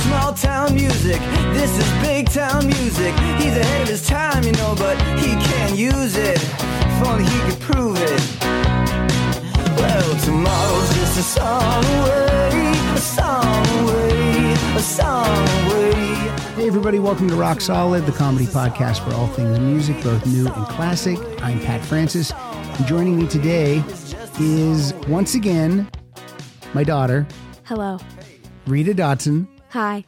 small town music. This is big town music. He's ahead of his time, you know, but he can't use it. If only he could prove it. Well, tomorrow's just a song away, a song away, a song away. Hey, everybody, welcome to Rock Solid, the comedy podcast for all things music, both new and classic. I'm Pat Francis. And joining me today is once again my daughter, Hello. Rita Dotson, Hi.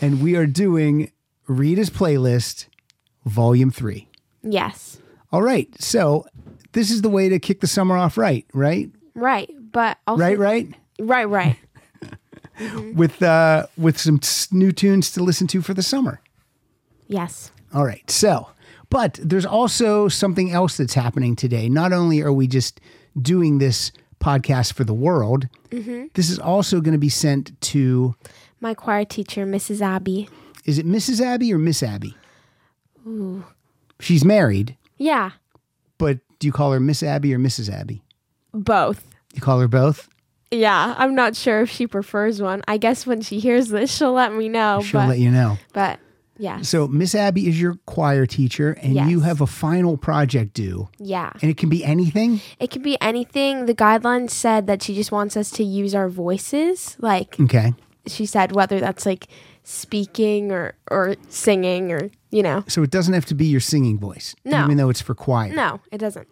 and we are doing Rita's Playlist Volume 3. Yes. All right, so this is the way to kick the summer off right, right? Right. But also Right, right? right, right. With uh with some s- new tunes to listen to for the summer. yes. All right. So, but there's also something else that's happening today. Not only are we just doing this podcast for the world, Mm-hmm. this is also going to be sent to My choir teacher, Mrs. Abby. is it Mrs. Abby or Miss Abby? She's married, Yeah. but do you call her Miss Abby or Mrs. Abby? Both. You call her both? Yeah. I'm not sure if she prefers one. I guess when she hears this, she'll let me know. She'll but let you know. but yeah. So, Miss Abby is your choir teacher, and you Yes. have a final project due, Yeah. and it can be anything. It could be anything. The guidelines said that she just wants us to use our voices. Like Okay. she said, whether that's like speaking or or singing or you know. So, it doesn't have to be your singing voice, No. even though it's for choir. No, it doesn't.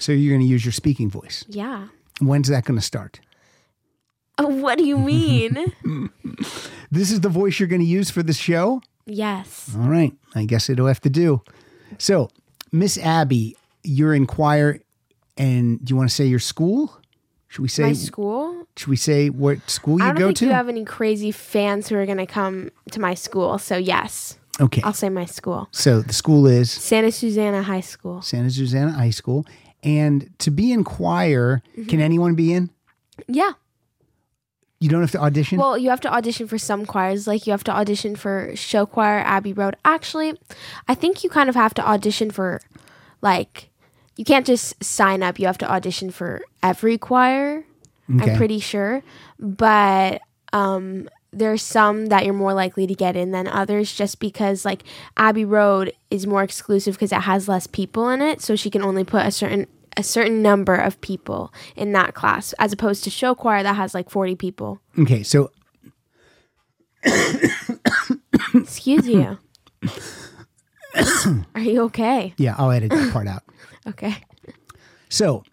So you're going to use your speaking voice. Yeah. When's that going to start? Uh, What do you mean? This is the voice you're going to use for the show? yes. All right. I guess it'll have to do. So, Miss Abby, you're in choir and do you want to say your school? Should we say My school. should we say what school I you don't go think to? you have any crazy fans who are going to come to my school. So yes, okay. I'll say my school, So, the school is Santa Susana High School. Santa Susana High School and to be in choir, Mm-hmm. can anyone be in? Yeah. You don't have to audition? Well, you have to audition for some choirs. Like you have to audition for show choir, Abbey Road. Actually, I think you kind of have to audition for, like, you can't just sign up. You have to audition for every choir. Okay. I'm pretty sure, but um, there's some that you're more likely to get in than others, just because like Abbey Road is more exclusive because it has less people in it, so she can only put a certain a certain number of people in that class, as opposed to show choir that has like 40 people. okay. So, Excuse you. Are you okay? yeah, I'll edit that part out. Okay. So,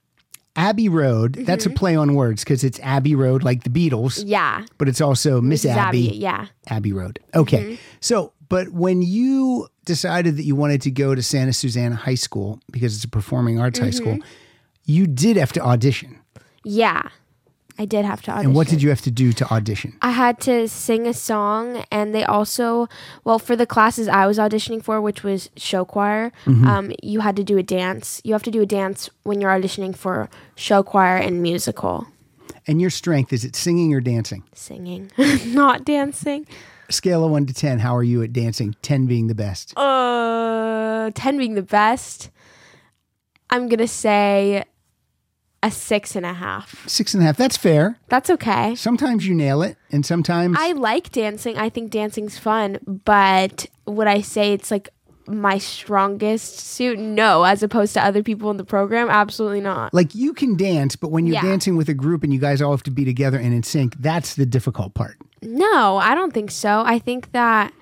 Abbey Road, that's a play on words because it's Abbey Road like the Beatles, Mm-hmm. Yeah. but it's also Miss Abbey, Abbey, Yeah. Mm-hmm. Road. Okay. So, but when you decided that you wanted to go to Santa Susana High School because it's a performing arts high school, Mm-hmm. you did have to audition. Yeah. I did have to audition. And what did you have to do to audition? I had to sing a song, and they also, well, for the classes I was auditioning for, which was show choir, Mm-hmm. um, you had to do a dance. You have to do a dance when you're auditioning for show choir and musical And your strength is it singing or dancing? singing, not dancing. Scale of one to 10, how are you at dancing? 10 being the best. Oh. Uh, 10 being the best. I'm going to say a six and a half. Six and a half. That's fair. That's okay. Sometimes you nail it, and sometimes I like dancing. I think dancing's fun, but would I say it's like my strongest suit? No, as opposed to other people in the program, absolutely not. like you can dance, but when you're Yeah. dancing with a group and you guys all have to be together and in sync, that's the difficult part. No, I don't think so. I think that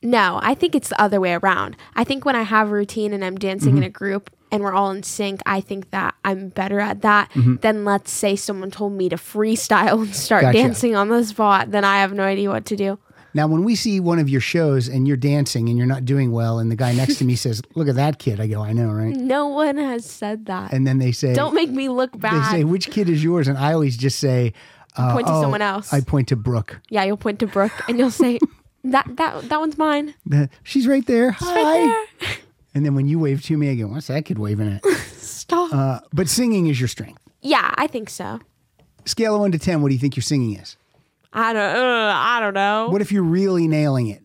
no, I think it's the other way around. I think when I have a routine and I'm dancing Mm-hmm. in a group and we're all in sync, I think that I'm better at that than let's say someone told me to freestyle and start Mm-hmm. Gotcha. dancing on the spot, then I have no idea what to do. Now, when we see one of your shows and you're dancing and you're not doing well, and the guy next to me says, "Look at that kid," I go, "I know, right?" No one has said that. And then they say, don't make me look "They bad. say which kid is yours?" And I always just say, uh, Point to "Oh, someone else." I point to Brooke. Yeah, you'll point to Brooke and you'll say, "That that that one's mine." She's right there. Hi. And then when you wave to me, I go, "What's that kid waving at?" Stop. uh, but singing is your strength. yeah, I think so. Scale of one to ten. What do you think your singing is? I don't. Uh, I don't know. What if you're really nailing it?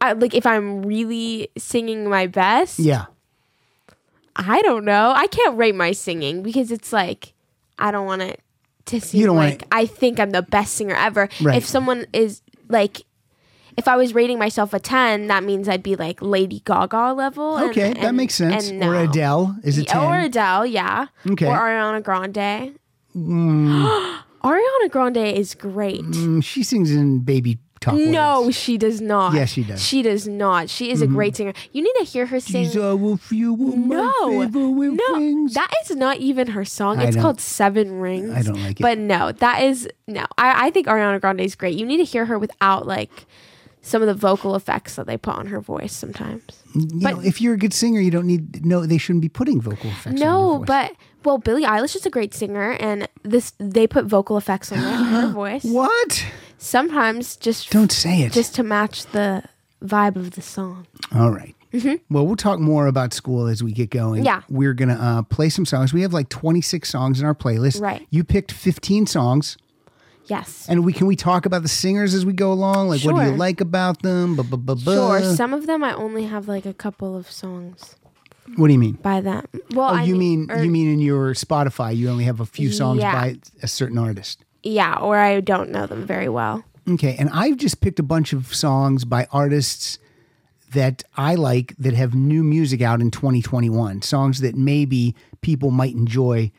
I, like if I'm really singing my best. Yeah. I don't know. I can't rate my singing because it's like I don't want to to seem don't wanna- like I think I'm the best singer ever. Right. If someone is like, if I was rating myself a ten, that means I'd be like Lady Gaga level. and- Okay, that and- makes sense. and Or no. Adele is it Yeah, Or ten? Adele, yeah. Okay. Or Ariana Grande. Ariana Grande is great. Mm, she sings in baby talk. No, words. she does not. Yes, she does. Mm-hmm. She does not. She is a great singer. You need to hear her sing. These are with uh, you were my no, favorite no, things. that is not even her song. I It's don't- called Seven Rings. I don't like it. But no, that is no. I, I think Ariana Grande is great. You need to hear her without like some of the vocal effects that they put on her voice sometimes. You but- know, if you're a good singer, you don't need. No, they shouldn't be putting vocal effects. on your No, voice. but well, Billie Eilish is a great singer, and this they put vocal effects on her, her voice what? sometimes just Don't say it. just to match the vibe of the song. All right. Well, we'll talk more about school as we get going. Mm-hmm. Yeah. We're going to uh, play some songs. We have like 26 songs in our playlist. Right. You picked 15 songs. Yes. And we can we talk about the singers as we go along? Like, what do you Sure. like about them? Buh, buh, buh, buh. Sure. Some of them I only have like a couple of songs What do you mean? by them. Well, Oh, I you mean or- you mean in your Spotify, you only have a few songs Yeah. by a certain artist. yeah, or I don't know them very well. Okay, and I've just picked a bunch of songs by artists that I like that have new music out in 2021, songs that maybe people might enjoy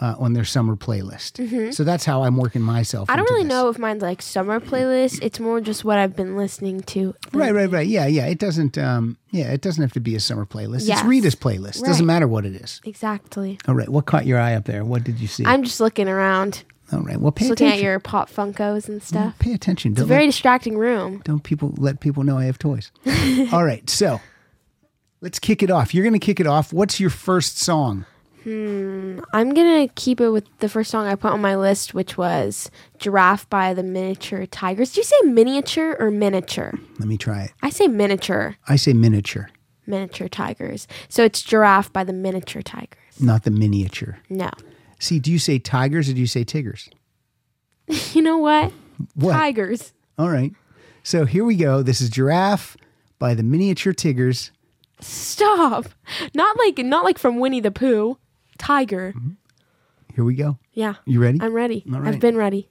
uh, on their summer playlist. So that's how I'm working myself. Mm-hmm. I don't into really this. know if mine's like summer playlist. It's more just what I've been listening to. Right, right, right. Yeah, yeah. It doesn't. Um, yeah, it doesn't have to be a summer playlist. It's Yes. Rita's playlist. Doesn't Right. matter what it is. Exactly. All right. What caught your eye up there? What did you see? I'm just looking around, All right. Well, pay just looking at attention. Mm-hmm. your pop funkos and stuff. pay attention. It's a Don't, very let, distracting room. don't people let people know I have toys. All right. So let's kick it off. You're going to kick it off. What's your first song? I'm gonna keep it with the first song I put on my list, which was "Giraffe" by the Miniature Tigers. Do you say miniature or miniature? Let me try it. I say miniature. I say miniature, miniature tigers. So it's giraffe by the miniature tigers. not the miniature. No. See, do you say tigers or do you say tigers? You know what? What? Tigers. All right. So here we go. This is Giraffe by the Miniature Tigers. Stop. Not like not like from Winnie the Pooh. Tiger. Here we go. Yeah. Mm-hmm. You ready? I'm ready. All right. I've been ready.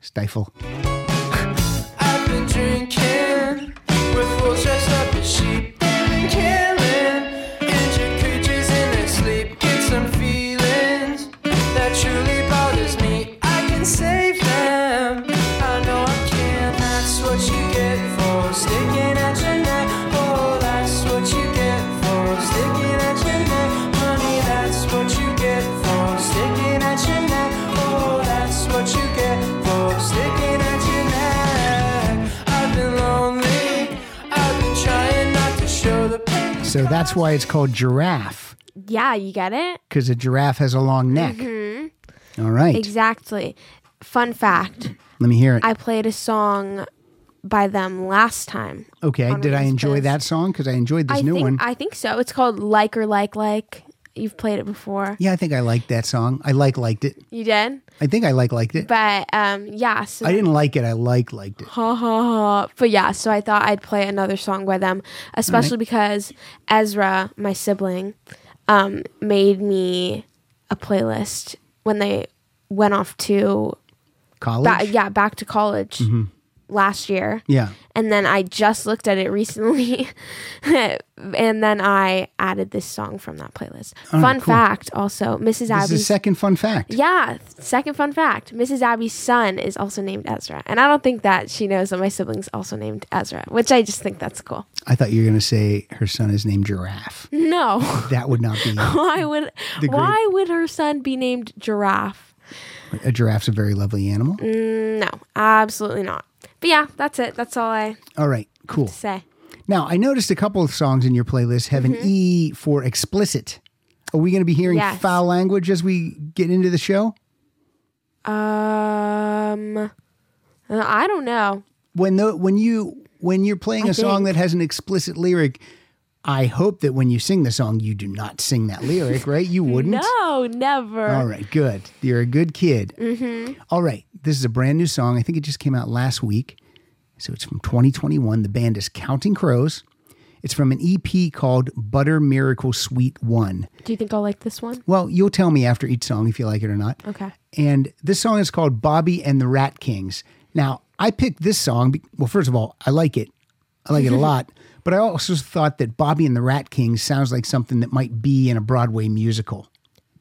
Stifle. I've been drinking with wolves dressed up as sheep, killing injured creatures in their sleep. Get some feelings that truly bothers me. I can save them. I know I can. That's what you get for sticking at your neck. Oh, that's what you get for sticking at your neck, honey. That's what you get for sticking at your neck. Oh, that's what you get for sticking at your neck. I've been lonely. I've been trying not to show the pain. So that's why it's called Giraffe, Yeah, you get it? because a giraffe has a long neck. Mm-hmm. All right. Exactly. Fun fact. Let me hear it. I played a song by them last time. okay. on Did I Rita's enjoy playlist. that song? Because I enjoyed this I new think one. I think so. It's called Like or Like Like. You've played it before. yeah, I think I liked that song. I like liked it. You did? I think I like liked it. But um yeah, so I didn't like it. I like liked it. ha ha ha. But yeah, so I thought I'd play another song by them, especially because Ezra, my sibling, um, made me a playlist when they went off to College. Mm-hmm. ba- yeah back to college last year. yeah. And then I just looked at it recently, and then I added this song from that playlist. All right, fun cool. fact, also, Mrs. This is a Abby's second fun fact. yeah, second fun fact Mrs. Abby's son is also named Ezra. And I don't think that she knows that my sibling's also named Ezra, which I just think that's cool. I thought you were going to say her son is named Giraffe. Mm. No. That would not be why would The great- why would her son be named Giraffe? a giraffe's a very lovely animal. Mm. No, absolutely not. But yeah, that's it. That's all I All right, cool. say. Now, I noticed a couple of songs in your playlist have an E for explicit. Are we going to be hearing Mm-hmm. Yes. foul language as we get into the show? Um I don't know. When the, when you when you're playing a I song that think. has an explicit lyric, I hope that when you sing the song, you do not sing that lyric, right? You wouldn't. No, never. All right, good. You're a good kid. All right, this is a brand new song. I think it just came out last week. So it's from 2021. The band is Counting Crows. It's from an EP called Butter Miracle Sweet One. Do you think I'll like this one? Well, you'll tell me after each song if you like it or not. Okay. And this song is called Bobby and the Rat Kings. Now, I picked this song. Be- well, first of all, I like it. I like it a lot. But I also thought that Bobby and the Rat Kings sounds like something that might be in a Broadway musical.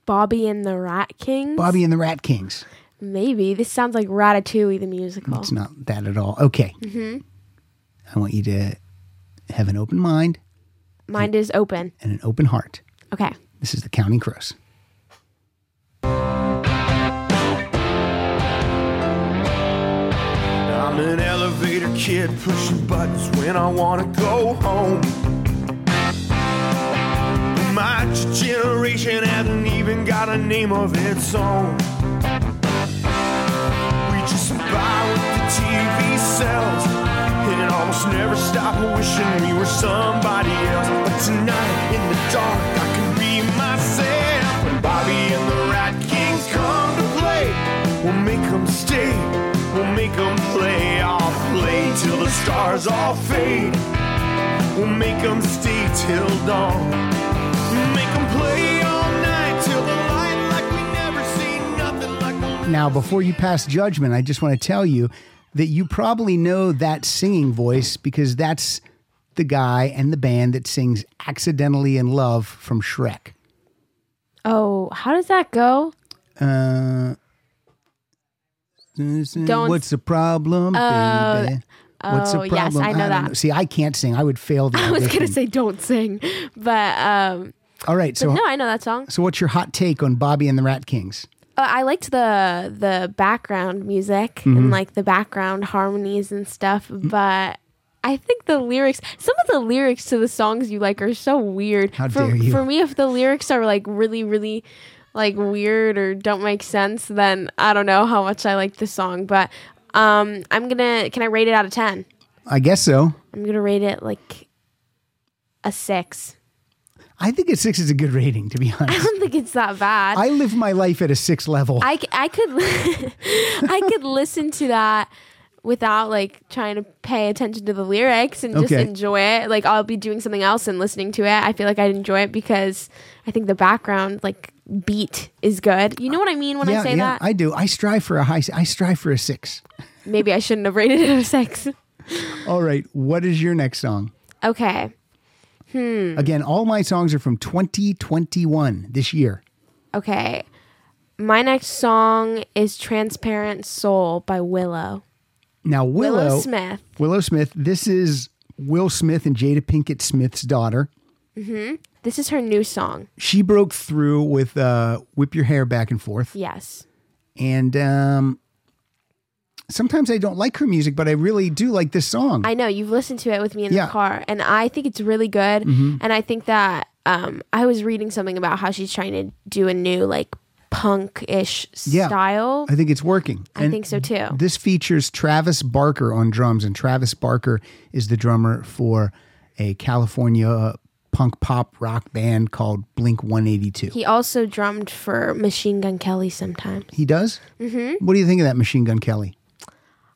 Bobby and the Rat Kings? Bobby and the Rat Kings. Maybe. This sounds like Ratatouille the musical. It's not that at all. Okay. Mm-hmm. I want you to have an open mind Mind is open. and an open heart. Okay. This is the Counting Crows. I'm an elevator kid pushing buttons when I wanna go home. My generation hasn't even got a name of its own. We just buy what the TV sells. And it almost never stop wishing we were somebody else. But tonight in the dark, I can be myself. When Bobby and the Rat Kings come to play, we'll make 'em stay. We'll make 'em play. I'll play till the stars all fade. We'll make 'em stay till dawn. Make 'em play all night till the light like we never see nothing like we'll Now, before you pass judgment, I just want to tell you that you probably know that singing voice because that's the guy and the band that sings Accidentally in Love from Shrek. Oh, how does that go? Uh, Don't- what's the problem, baby? What's oh, the yes, problem? I know don't that. See, I can't sing. I would fail the I was going to audition. say don't sing, but um All right, so no, I know that song. so what's your hot take on Bobby and the Rat Kings? Uh, I liked the the background music Mm-hmm. and like the background harmonies and stuff, but I think the lyrics, some of the lyrics to the songs you like are so weird. How for, dare you. For me, if the lyrics are like really, really like weird or don't make sense, then I don't know how much I like the song. But um, I'm gonna, can I rate it out of ten? I guess so. I'm gonna rate it like a six. I think a six is a good rating, to be I honest. don't think it's that bad. I live my life at a six level. I, c- I could I could listen to that without like trying to pay attention to the lyrics and just Okay. enjoy it. Like I'll be doing something else and listening to it. I feel like I'd enjoy it because I think the background like beat is good. You know what I mean when I say yeah, that? I do. I strive for a high. I strive for a six. Maybe I shouldn't have rated it a six. All right. What is your next song? Okay. Hmm. Again, all my songs are from 2021 this year. Okay. My next song is Transparent Soul by Willow. Now, Willow, Willow Smith. Willow Smith. This is Will Smith and Jada Pinkett Smith's daughter. This is her new song. She broke through with uh, "Whip Your Hair Back and Forth," Yes. and um, sometimes I don't like her music, but I really do like this song. I know you've listened to it with me in Yeah. Mm-hmm. the car, and I think it's really good. And I think that um, I was reading something about how she's trying to do a new like punk-ish Yeah. style. I think it's working. I think so too. This features Travis Barker on drums, and Travis Barker is the drummer for a California punk pop rock band called Blink 182. He, he also drummed for Machine Gun Kelly sometimes. does? Mm-hmm. What do you think of that Machine Gun Kelly?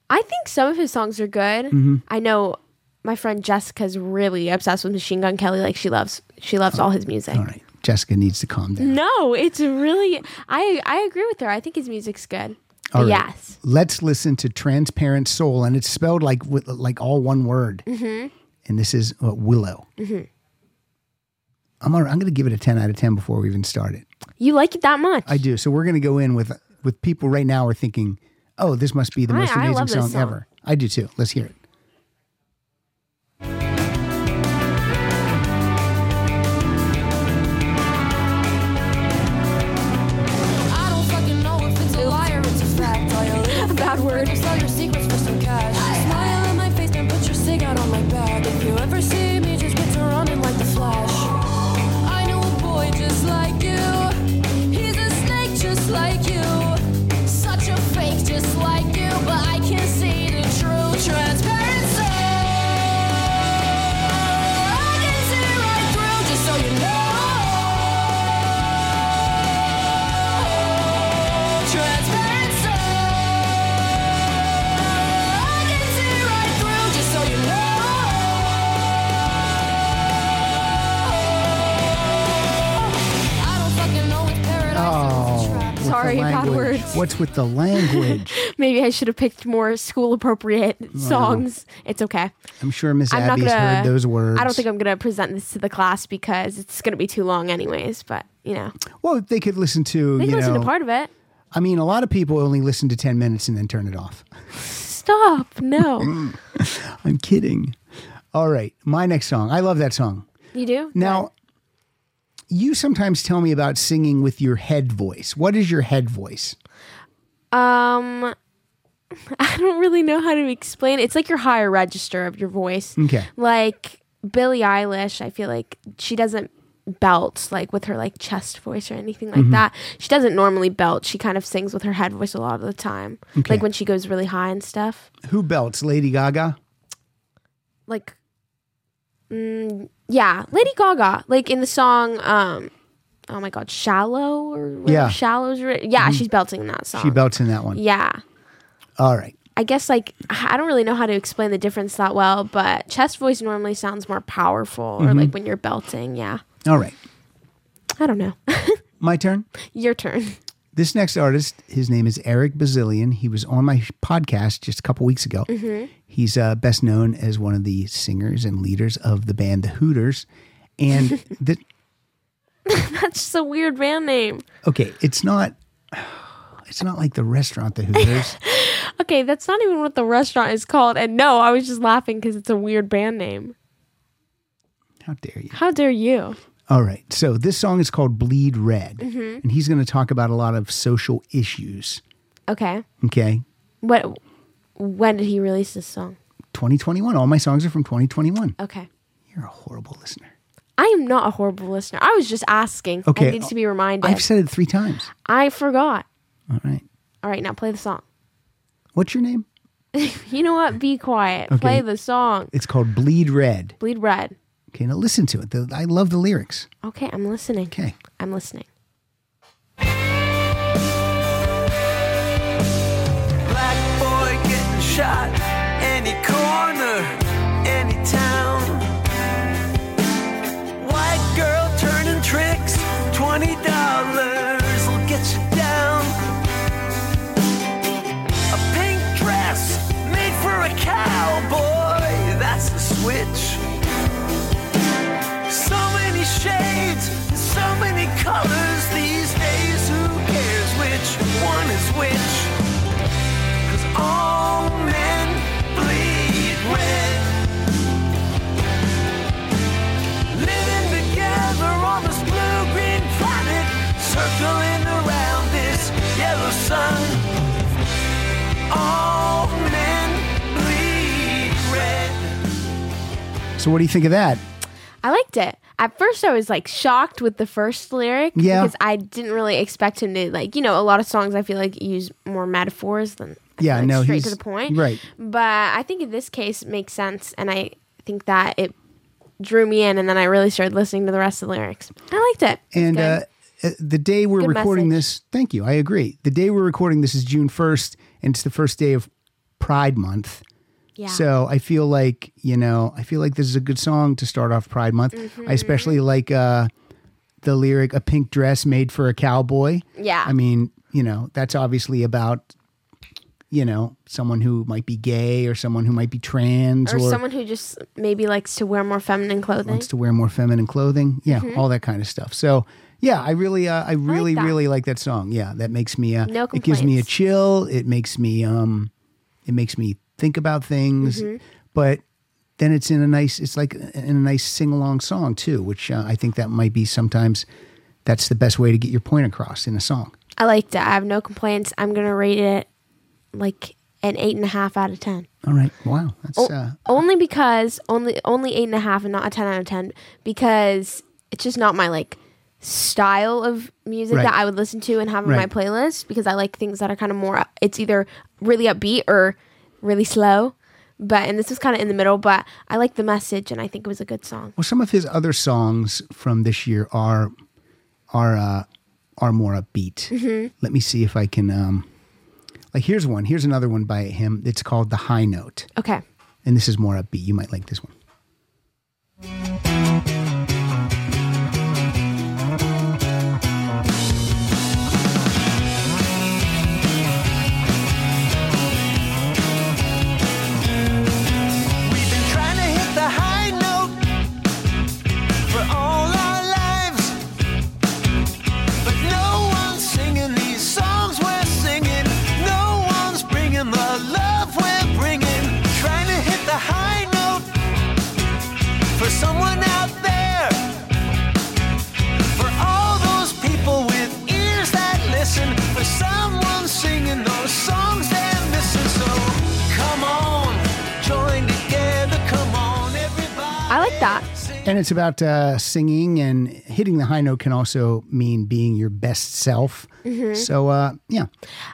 I think some of his songs are good. Mm-hmm. I know my friend Jessica's really obsessed with Machine Gun Kelly. Like she loves she loves all his music. All right, Jessica needs to calm down. No, it's really I I agree with her. I think his music's good. All right. Yes. Let's listen to Transparent Soul, and it's spelled like with, like all one word. Mm-hmm. And this is uh, Willow. Mm-hmm. I'm all right, I'm going to give it a 10 out of 10 before we even start it. You like it that much? I do. So we're going to go in with with people right now are thinking, "Oh, this must be the I- most I amazing love this song, song. ever." I do too. Let's hear it. I don't fucking know if it's a lie or it's a fact. All your little Bad word. f- sell your secrets for some cash. Smile in my face and put your cig out on my back. If you ever see me, just picture running like the flash. I know a boy just like you. He's a snake just like you. Such a fake just like you, but I can see the true transparency. I can see right through, just so you know. Transparency. I can see right through, just so you know. Oh. Sorry, Oh, the bad language? words. What's with the language? Maybe I should have picked more school appropriate songs. It's okay. I'm sure Miss I'm not Abby's gonna. heard those words. I don't think I'm gonna present this to the class because it's gonna be too long, anyways. But you know, well, they could listen to. they you can listen know, to part of it. I mean, a lot of people only listen to 10 minutes and then turn it off. Stop. No, I'm kidding. All right, my next song. I love that song. you do Now, you sometimes tell me about singing with your head voice. What is your head voice? Um, I don't really know how to explain. it. It's like your higher register of your voice. Okay. Like Billie Eilish, I feel like she doesn't belt like with her like chest voice or anything Mm-hmm. like that. She doesn't normally belt. She kind of sings with her head voice a lot of the time. Okay. Like when she goes really high and stuff. Who belts? Lady Gaga? Like mm, yeah, Lady Gaga like in the song um oh my god, Shallow or whatever Yeah. Mm-hmm. Shallow's ri- Yeah, she's belting in that song. She belts in that one. Yeah. All right. I guess like I don't really know how to explain the difference that well, but chest voice normally sounds more powerful or Mm-hmm. like when you're belting, yeah. All right. I don't know. My turn. Your turn. This next artist, his name is Eric Bazillion. He was on my sh- podcast just a couple weeks ago. He's uh, best known as one of the singers and leaders of the band The Hooters. And the, That's just a weird band name. okay, it's not it's not like the restaurant The Hooters. Okay, that's not even what the restaurant is called. And no, I was just laughing because it's a weird band name. How dare you? How dare you? All right. So this song is called Bleed Red, Mm-hmm. and he's going to talk about a lot of social issues. Okay. Okay. What? When did he release this song? 2021. All my songs are from 2021. Okay. You're a horrible listener. I am not a horrible listener. I was just asking. Okay. I need to be reminded. I've said it three times. I forgot. All right. All right, now play the song. What's your name? You know what? Be quiet. Play the song. It's called Bleed Red. Bleed red. Okay. Now listen to it. The- I love the lyrics. Okay, I'm listening. Okay. I'm listening. Black boy getting shot any corner, any town. White girl turning tricks, twenty dollars will get you down. A pink dress made for a cowboy, that's the switch. So many shades, so many colors these days. Who cares which one is which? Cause all men bleed red. Living together on this blue green planet, circling around this yellow sun. All men bleed red. So what do you think of that? I liked it. At first, I was like shocked with the first lyric Yeah. because I didn't really expect him to like you know a lot of songs I feel like use more metaphors than Yeah, like, no, straight he's- to the point right. But I think in this case it makes sense, and I think that it drew me in, and then I really started listening to the rest of the lyrics. I liked it. It's And uh, good. uh, the day we're Good recording message. this, thank you. I agree. The day we're recording this is June 1st, and it's the first day of Pride Month. yeah, So I feel like you know, I feel like this is a good song to start off Pride Month. Mm-hmm. I especially like uh, the lyric "a pink dress made for a cowboy." Yeah. I mean, you know, that's obviously about you know someone who might be gay or someone who might be trans or someone who just maybe likes to wear more feminine clothing. wants to wear more feminine clothing. Yeah, all that kind of stuff. So yeah, I really, uh, I really, Mm-hmm. that. really like that song. Yeah, that makes me. Uh, No it gives me a complaints. chill. It makes me. Um, it makes me think about things, Mm-hmm. but then it's in a nice. It's like in a nice sing along song too, which uh, I think that might be sometimes. That's the best way to get your point across in a song. I liked it. I have no complaints. I'm gonna rate it like an eight and a half out of ten. All right. Wow. That's. Oh, uh, only because only only eight and a half and not a ten out of ten because it's just not my like style of music Right. that I would listen to and have in Right. my playlist because I like things that are kind of more it's either really upbeat or really slow. But and this was kind of in the middle, but I like the message and I think it was a good song. Well, some of his other songs from this year are are uh, are more upbeat. Let me see if I can. Um, like, here's one. Here's another one by him. It's called "The High Note," Okay. and this is more upbeat. You might like this one. for someone out there. For all those people with ears that listen. For someone singing those songs they're missing. So come on, join together. Come on, everybody. I like that. And it's about uh, singing and hitting the high note can also mean being your best self. So, uh, yeah.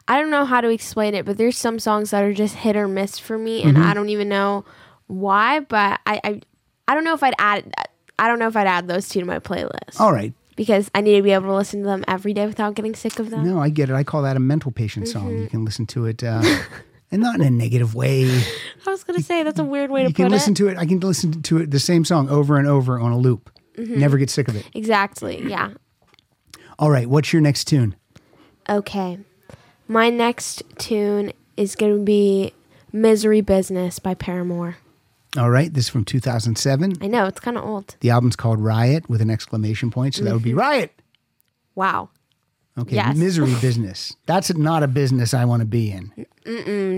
I don't know how to explain it, but there's some songs that are just hit or miss for me, Mm-hmm. and I don't even know why. But I, I, I don't know if I'd add. I don't know if I'd add those two to my playlist All right. because I need to be able to listen to them every day without getting sick of them. No, I get it. I call that a mental patient song. You can listen to it, uh, and not in a negative way. I was gonna say that's a weird way to You can put listen it. to it. I can listen to it the same song over and over on a loop. Mm-hmm. Never get sick of it. exactly. Yeah. All right. What's your next tune? Okay. My next tune is gonna be "Misery Business" by Paramore. All right. This is from 2007. I know it's kind of old. The album's called Riot with an exclamation point. So that would be Riot. Wow. Okay. Mm-hmm. Yes. Misery business. That's not a business I want to be in.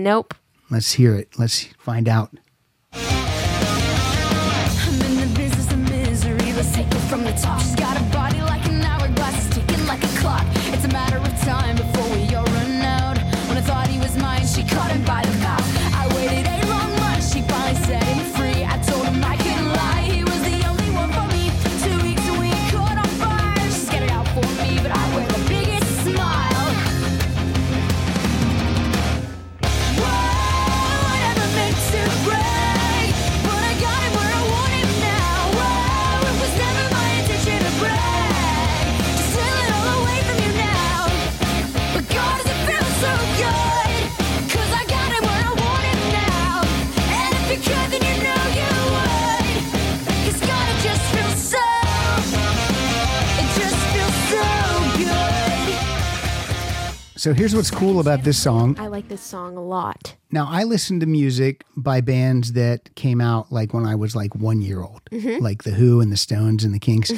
Nope. Let's hear it. Let's find out. I'm in the business of misery. Let's take it from the top. She's got a body like an hourglass, it's ticking like a clock. It's a matter of time before we all run out. When I thought he was mine, she caught him by the mouth. I waited a long months, she finally set him free. I told him I couldn't lie, he was the only one for me. Two weeks and we caught on fire. She scared it out for me, but I wear the biggest smile. Just feels so, it just feels so good. So here's what's cool about this song. I like this song a lot. Now I listened to music by bands that came out like when I was like one year old, Mm-hmm. like the Who and the Stones and the Kinks.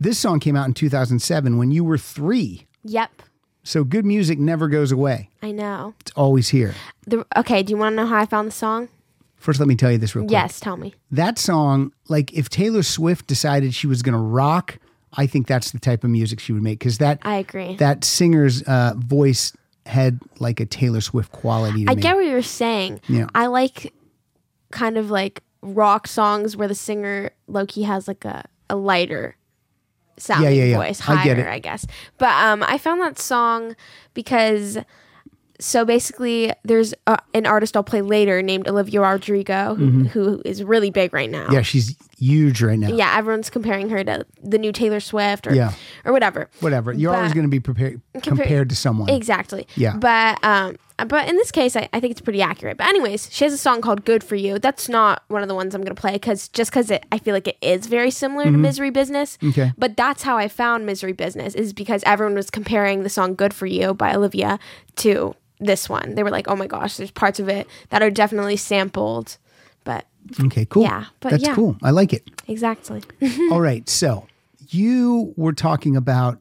this song came out in 2007 when you were three. Yep. So good music never goes away. I know. It's always here. The, okay, do you want to know how I found the song? First, let me tell you this real quick. Yes, tell me. That song, like if Taylor Swift decided she was going to rock, I think that's the type of music she would make because that I agree. that singer's uh, voice had like a Taylor Swift quality. To I me. get what you're saying. Yeah. I like kind of like rock songs where the singer Loki has like a, a lighter sounding Yeah, yeah, yeah. voice, higher, I I, get it. guess. But um, I found that song because so basically there's a, an artist I'll play later named Olivia Rodrigo who, who is really big right now. Mm-hmm. yeah, she's huge right now. Yeah, everyone's comparing her to the new Taylor Swift or Yeah. or whatever. whatever. You're always But- going to be prepared compared to someone. Exactly. Yeah. But um, but in this case, I, I think it's pretty accurate. But anyways, she has a song called "Good for You." That's not one of the ones I'm gonna play because just because it, I feel like it is very similar to "Misery Business." Mm-hmm. Okay. But that's how I found "Misery Business" is because everyone was comparing the song "Good for You" by Olivia to this one. They were like, "Oh my gosh, there's parts of it that are definitely sampled." But Okay, cool. Yeah, but that's yeah. cool. I like it. exactly. All right, so you were talking about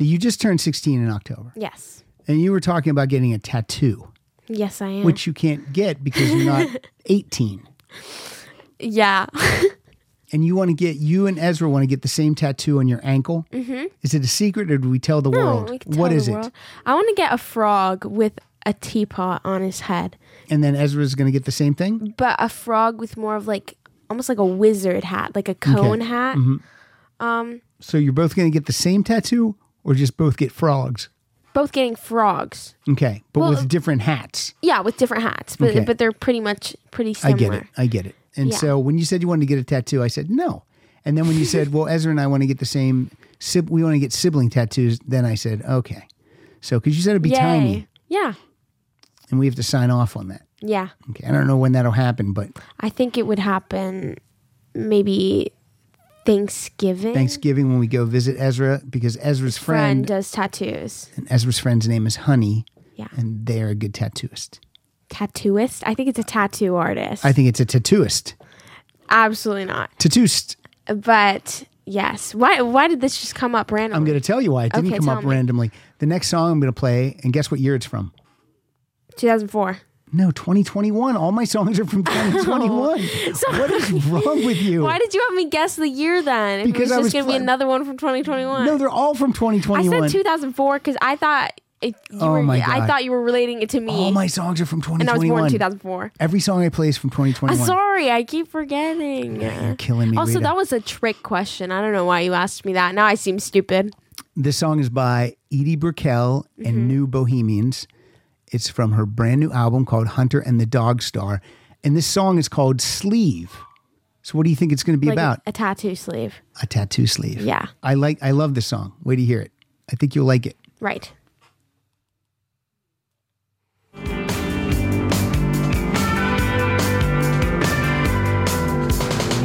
you just turned 16 in October, yes. and you were talking about getting a tattoo, Yes, I am. which you can't get because you're not 18. yeah. And you want to get you and Ezra want to get the same tattoo on your ankle. Mm-hmm. Is it a secret, or do we tell the world? we can what tell is the it? world. I want to get a frog with a teapot on his head, And then Ezra's going to get the same thing. but a frog with more of like almost like a wizard hat, like a cone Okay. Mm-hmm. hat. So you're both going to get the same tattoo, or just both get frogs. Both getting frogs. Okay, but Well, with different hats. Yeah, with different hats, but Okay. but they're pretty much pretty I similar. get it. I get it. And Yeah. so when you said you wanted to get a tattoo, I said no. And then when you said, "Well, Ezra and I want to get the same, sib- we want to get sibling tattoos," then I said, "Okay." So because you said it'd be Yay. tiny, Yeah. and we have to sign off on that. Yeah. Okay, I don't know when that'll happen, but I think it would happen maybe Thanksgiving. Thanksgiving when we go visit Ezra, because Ezra's Friend friend, does tattoos. and Ezra's friend's name is Honey, Yeah. and they're a good tattooist. Tattooist? I think it's a tattoo artist. I think it's a tattooist, Absolutely not. tattooist. But yes. Why why did this just come up randomly? I'm going to tell you why it didn't Okay, come tell up me. randomly. The next song I'm going to play, and guess what year it's from? 2004. No, 2021. All my songs are from 2021. what is wrong with you? Oh. Why did you have me guess the year then? If Because it I was was just going to be pl- another one from 2021. no, they're all from I 2021. said 2004 because I thought it, you Oh were, my I God. thought you were relating it to me, all my songs are from and I was born 2021. in 2004. Every song I play is from I'm 2021. sorry, I keep forgetting. You're killing me. Also, Rita. that was a trick question. I don't know why you asked me that. Now I seem stupid. This song is by Edie Brickell and Mm-hmm. New Bohemians. It's from her brand new album called Hunter and the Dog Star. And this song is called Sleeve. So what do you think it's going to be Like about? a tattoo sleeve. A tattoo sleeve. Yeah. I like I love this song. Wait to hear it. I think you'll like it. Right.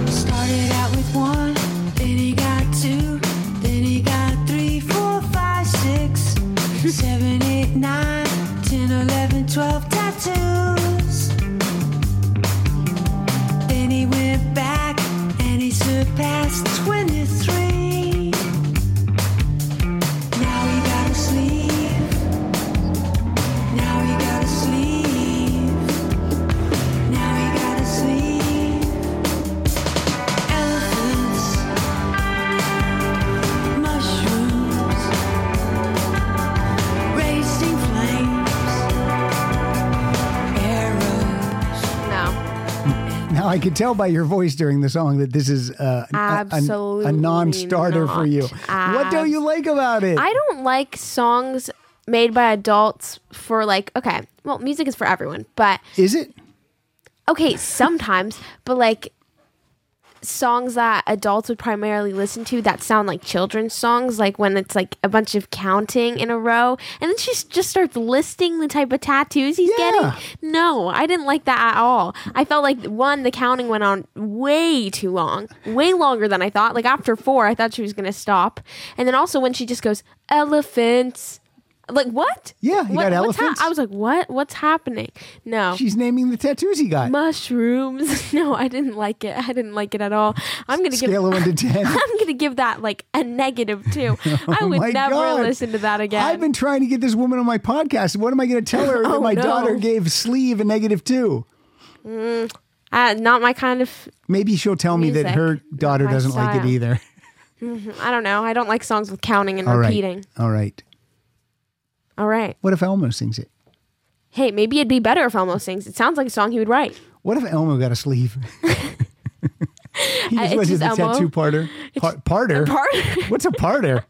Started out with one, then he got two, then he got three, four, five, six, seven, eight, nine, ten, eleven, twelve tattoos. Then he went back and he surpassed 23. Now he got a sleeve. Now he got a sleeve. Now he got a sleeve. Elephants, mushrooms, racing flames, arrows. No. Now I could tell by your voice during the song that this is uh, a- a- a, Absolutely non-starter for you. not. what do you like about it? I don't like songs made by adults for like, okay, well, music is for everyone, but is it? okay, sometimes, but like songs that adults would primarily listen to that sound like children's songs, like when it's like a bunch of counting in a row, and then she s- just starts listing the type of tattoos he's Yeah. getting. No, I didn't like that at all. I felt like one, the counting went on way too long, way longer than I thought. Like after four, I thought she was gonna stop, and then also when she just goes elephants. Like what? Yeah, you what, got what's elephants? I was like, what? What's happening? No, She's naming the tattoos he got. mushrooms. No, I didn't like it. I didn't like it at all. I'm gonna Scale of give. one to ten. I'm gonna give that like a negative too. I Oh would my never God. listen to that again. I've been trying to get this woman on my podcast. What am I going to tell her that Oh, my no. daughter gave sleeve a negative two? uh, not my kind of. Maybe she'll tell me that Music, her not daughter my doesn't like it style. either. I don't know. I don't like songs with counting and All right. repeating. All right. All right. What if Elmo sings it? Hey, maybe it'd be better if Elmo sings. It sounds like a song he would write. What if Elmo got a sleeve? he it's just went to just the Elmo. tattoo parter. Par- parter? Parlor. What's a parter?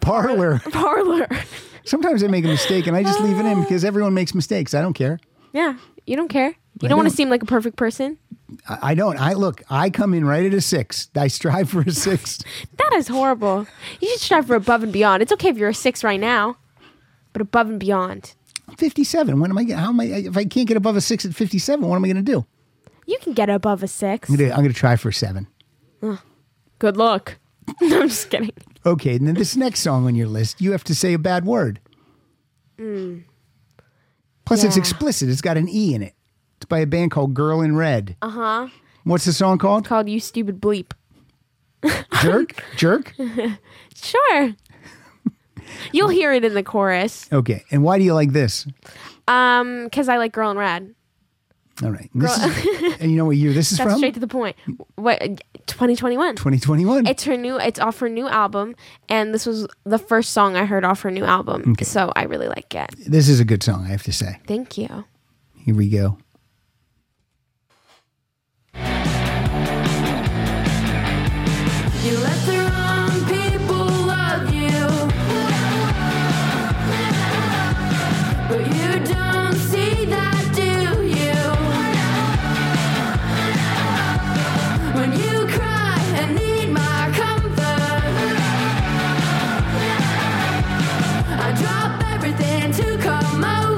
Parlor. Parlor. Sometimes I make a mistake and I just leave it in because everyone makes mistakes. I don't care. Yeah. You don't care. You I don't want to don't. seem like a perfect person. I, I don't. I look, I come in right at a six. I strive for a six. That is horrible. You should strive for above and beyond. It's okay if you're a six right now, but above and beyond. 57. When am I? gonna- How am I? If I can't get above a six at 57, what am I going to do? You can get above a six. I'm going to try for a seven. Good luck. No, I'm just kidding. Okay, and then this next song on your list, you have to say a bad word. Plus, it's Mm. Yeah. explicit. It's got an E in it. It's by a band called Girl in Red. Uh huh. Uh-huh. What's the song called? Called you stupid bleep. Jerk? Jerk? Sure. You'll hear it in the chorus. Okay, and why do you like this? Um, because I like Girl in Red. All right. And, this is, and you know what year this is That's from? straight to the point. What? 2021. 2021. It's her new. It's off her new album, and this was the first song I heard off her new album. Okay. So I really like it. this is a good song, I have to say. Thank you. Here we go. You let the wrong people love you. But you don't see that, do you? When you cry and need my comfort, I drop everything to come over.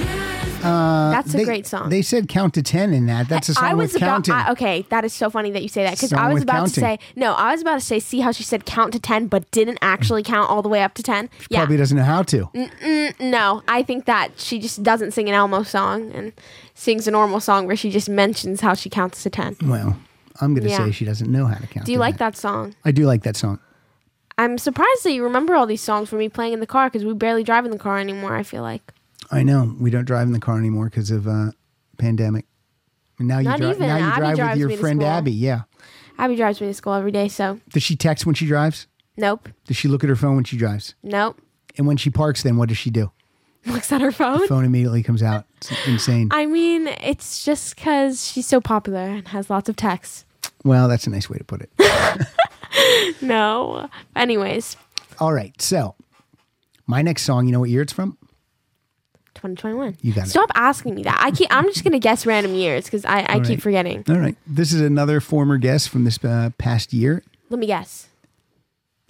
That's a Uh, They- great song. They said count to ten in that. That's a song I was with about counting. I- okay. That is so funny that you say that because Song I was with about to say counting. no. I was about to say see how she said count to ten but didn't actually count all the way up to ten. Yeah, Probably doesn't know how to. no. I think that she just doesn't sing an Elmo song and sings a normal song where she just mentions how she counts to ten. Well, I'm gonna Yeah. say she doesn't know how to count. Do you like that song? I do like that song. I'm surprised that you remember all these songs from me playing in the car because we barely drive in the car anymore. I feel like I know we don't drive in the car anymore because of uh, pandemic. And now you Not drive. even. Now you Abby drive drives with me your to friend school. Abby. Yeah. Abby drives me to school every day, so Does she text when she drives? nope, Does she look at her phone when she drives? nope. And when she parks, then what does she do? Looks at her phone. Phone immediately comes out. It's insane. I mean, it's just because she's so popular and has lots of texts. well, that's a nice way to put it. No. Anyways, All right. So, my next song. You know what year it's from? 2021. You got it. Stop asking me that. I keep. I'm just gonna guess random years because I, I keep right. forgetting. All right. This is another former guest from this uh, past year. Let me guess.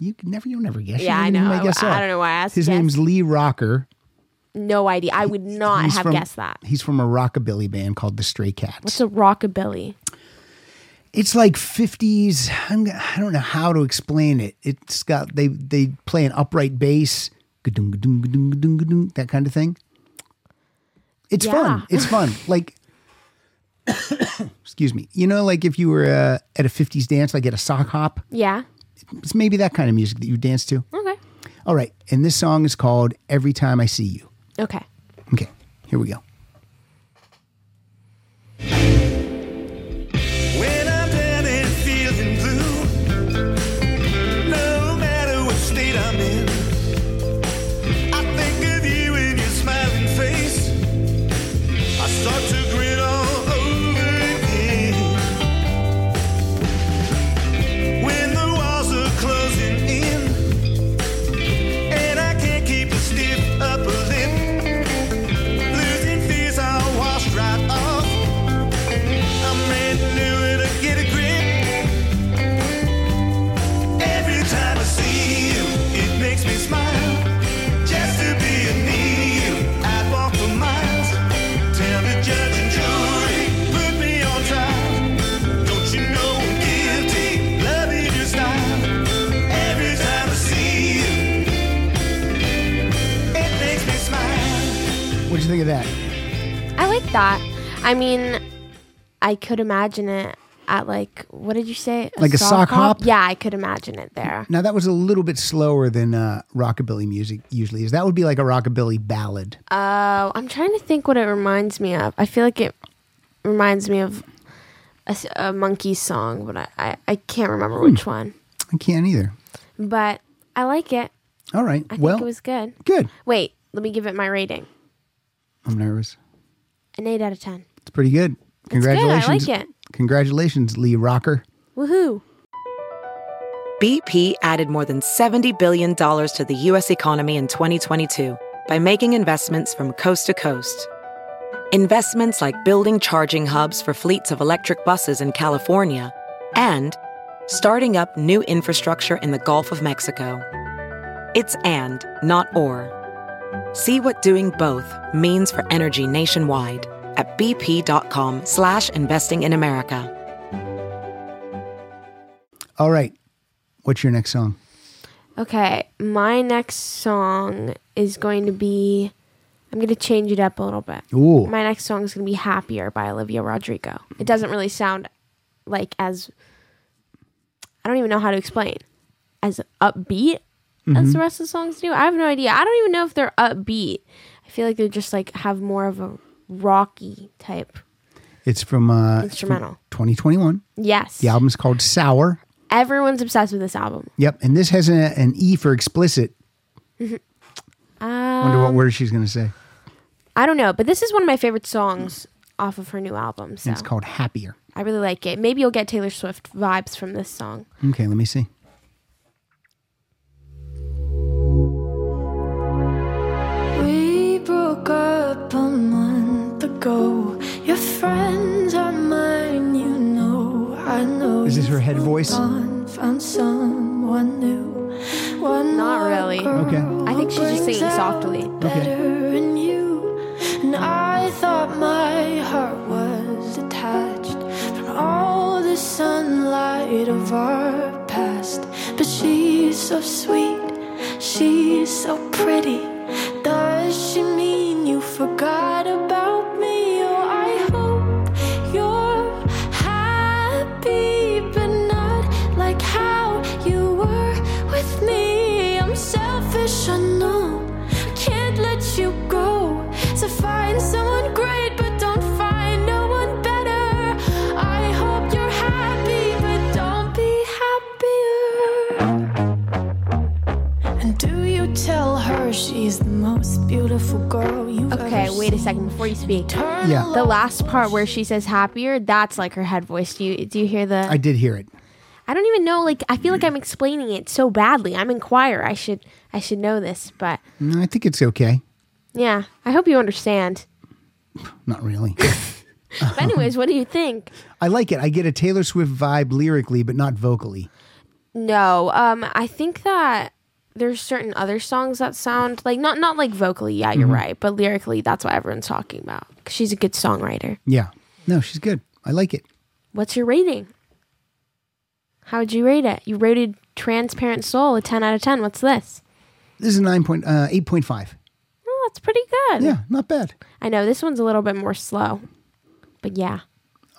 You can never, you'll never guess. You Yeah, I don't even know. make I- guess I up. don't know why I asked His guess. name's Lee Rocker. No idea. I would not have from, guessed that. He's from a rockabilly band called the Stray Cats. It's a rockabilly. it's like 50s. I'm, g- I don't know how to explain it. It's got they they play an upright bass, ga-dung, ga-dung, ga-dung, ga-dung, ga-dung, that kind of thing. It's Yeah. fun. It's fun. Like, excuse me. You know, like if you were uh, at a 50s dance, like at a sock hop, Yeah. it's maybe that kind of music that you dance to. Okay. All right. And this song is called Every Time I See You. Okay. Okay. Here we go. When I'm down and feeling blue, no matter what state I'm in, I think of you and your smiling face. I start to grin all over again. When the walls are closing in, and I can't keep a stiff upper lip, losing fears I washed right off. I'm brand new and I get a grip. Every time I see you, it makes me smile. Just to be near you, I'd walk for miles. Tell the judge and jury, put me on trial. Don't you know I'm guilty? Loving your style. Every time I see you, it makes me smile. What'd you think of that? I like that. I mean, I could imagine it at like what did you say? Like a sock hop? Yeah, I could imagine it there. Now that was a little bit slower than uh, rockabilly music usually is. That would be like a rockabilly ballad. Oh, I'm trying to think what it reminds me of. I feel like it reminds me of a, s- a monkey song, but I, I, I can't remember which Hmm. one. I can't either. But I like it. All right. I think well, it was good. good. Wait, let me give it my rating. I'm nervous. An 8 out of 10. It's pretty good. Congratulations. It's good. I like it. Congratulations, Lee Rocker. Woohoo. BP added more than $70 billion to the U.S. economy in 2022 by making investments from coast to coast. Investments like building charging hubs for fleets of electric buses in California and starting up new infrastructure in the Gulf of Mexico. It's and, not or. See what doing both means for energy nationwide at bp.com slash investing in America. All right. What's your next song? Okay, my next song is going to be. I'm going to change it up a little bit. Ooh. My next song is going to be Happier by Olivia Rodrigo. It doesn't really sound like as. I don't even know how to explain. As upbeat as Mm-hmm. the rest of the songs do. I have no idea. I don't even know if they're upbeat. I feel like they're just like have more of a rocky type. It's from uh it's from Instrumental. 2021. Yes. The album's called Sour. Everyone's obsessed with this album. Yep, and this has a, an E for explicit. Mm-hmm. Uh, Wonder what word she's going to say. I don't know, but this is one of my favorite songs off of her new album. So. And it's called Happier. I really like it. Maybe you'll get Taylor Swift vibes from this song. Okay, let me see. We broke up a month ago. Your friends are mine, you know. I know. Is this her head you've voice? gone, Found someone new. One Not more really. girl Okay. I think she's just brings singing out softly. Better in you. And I thought so sweet. She's so pretty. Does she mean you forgot about me? Oh, I hope you're happy, but not like how you were with me. I'm selfish, I know. I can't let you go. To find someone great, but don't find no one better. I hope you're happy, but don't be happier. And do you tell her she's the most beautiful girl you've Okay, ever wait a seen? second before you speak. Turn Yeah. The last part where she says happier, that's like her head voice. Do you do you hear the I did hear it. I don't even know like I feel like I'm explaining it so badly. I'm in choir. I should I should know this, but No, I think it's okay. yeah, I hope you understand. Not really. But anyways, what do you think? I like it. I get a Taylor Swift vibe lyrically, but not vocally. No, um I think that there's certain other songs that sound like not not like vocally, yeah, Mm-hmm. you're right, but lyrically that's what everyone's talking about. 'Cause she's a good songwriter. Yeah. No, she's good. I like it. What's your rating? How would you rate it? You rated Transparent Soul a 10 out of 10. What's this? This is a nine point uh, eight point five. Oh, that's pretty good. Yeah, not bad. I know this one's a little bit more slow, but yeah.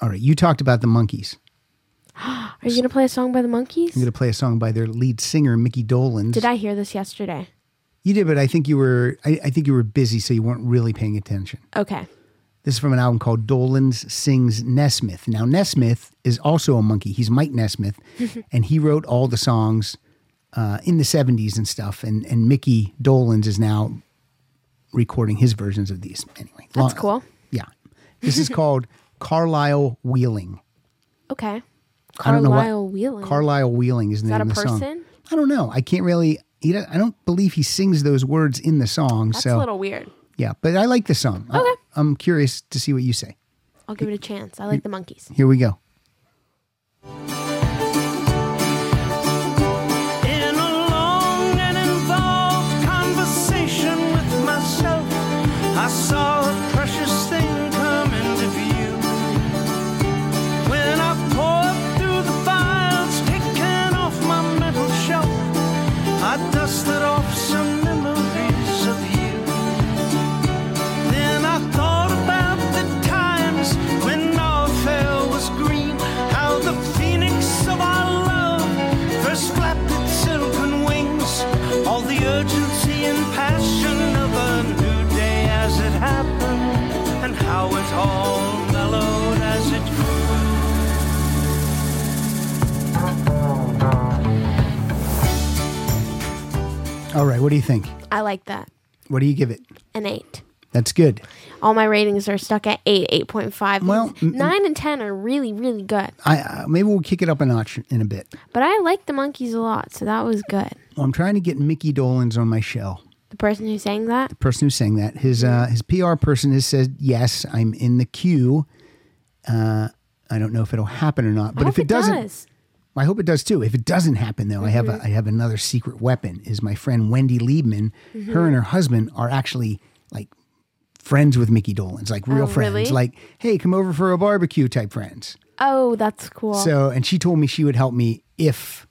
All right, you talked about the monkeys. Are you gonna play a song by the Monkeys? I'm going to play a song by their lead singer Mickey Dolenz. Did I hear this yesterday? You did, but I think you were I, I think you were busy, so you weren't really paying attention. Okay. This is from an album called Dolan's Sings Nesmith. Now, Nesmith is also a monkey. He's Mike Nesmith, and he wrote all the songs uh, in the 70s and stuff. And, and Mickey Dolan's is now recording his versions of these. Anyway, That's long- cool. Yeah. This is called Carlisle Wheeling. Okay. I don't know what- Carlisle Wheeling. Carlisle Wheeling is the Is that name a of the song. person? I don't know. I can't really. He don't, I don't believe he sings those words in the song. That's so a little weird. yeah, but I like the song. Okay, I'm curious to see what you say. I'll give it a chance. I like the Monkeys. Here we go. In a long and involved conversation with myself, I saw a precious thing come into view. When I poured through the files, taking off my metal shelf, I dusted off some memories of you. Then I thought about the times when our fair was green, how the phoenix of our love first flapped its silken wings, all the urgency and passion of a new day as it happened, and how it all mellowed as it grew. All right, what do you think? I like that. What do you give it? An eight. That's good. All my ratings are stuck at eight, eight point five. Well, mm, mm. nine and ten are really, really good. I uh, maybe we'll kick it up a notch in a bit. But I like the Monkeys a lot, so that was good. Well, I'm trying to get Mickey Dolenz on my show. The person who sang that. Person who sang that, his uh, his PR person has said yes, I'm in the queue. Uh, I don't know if it'll happen or not, but I if hope it doesn't, does. Mm-hmm. I hope it does too. If it doesn't happen though, I have a, I have another secret weapon. Is my friend Wendy Liebman? Mm-hmm. Her and her husband are actually like friends with Mickey Dolenz, like real Oh, friends. really? Like, hey, come over for a barbecue type friends. Oh, that's cool. So, and she told me she would help me if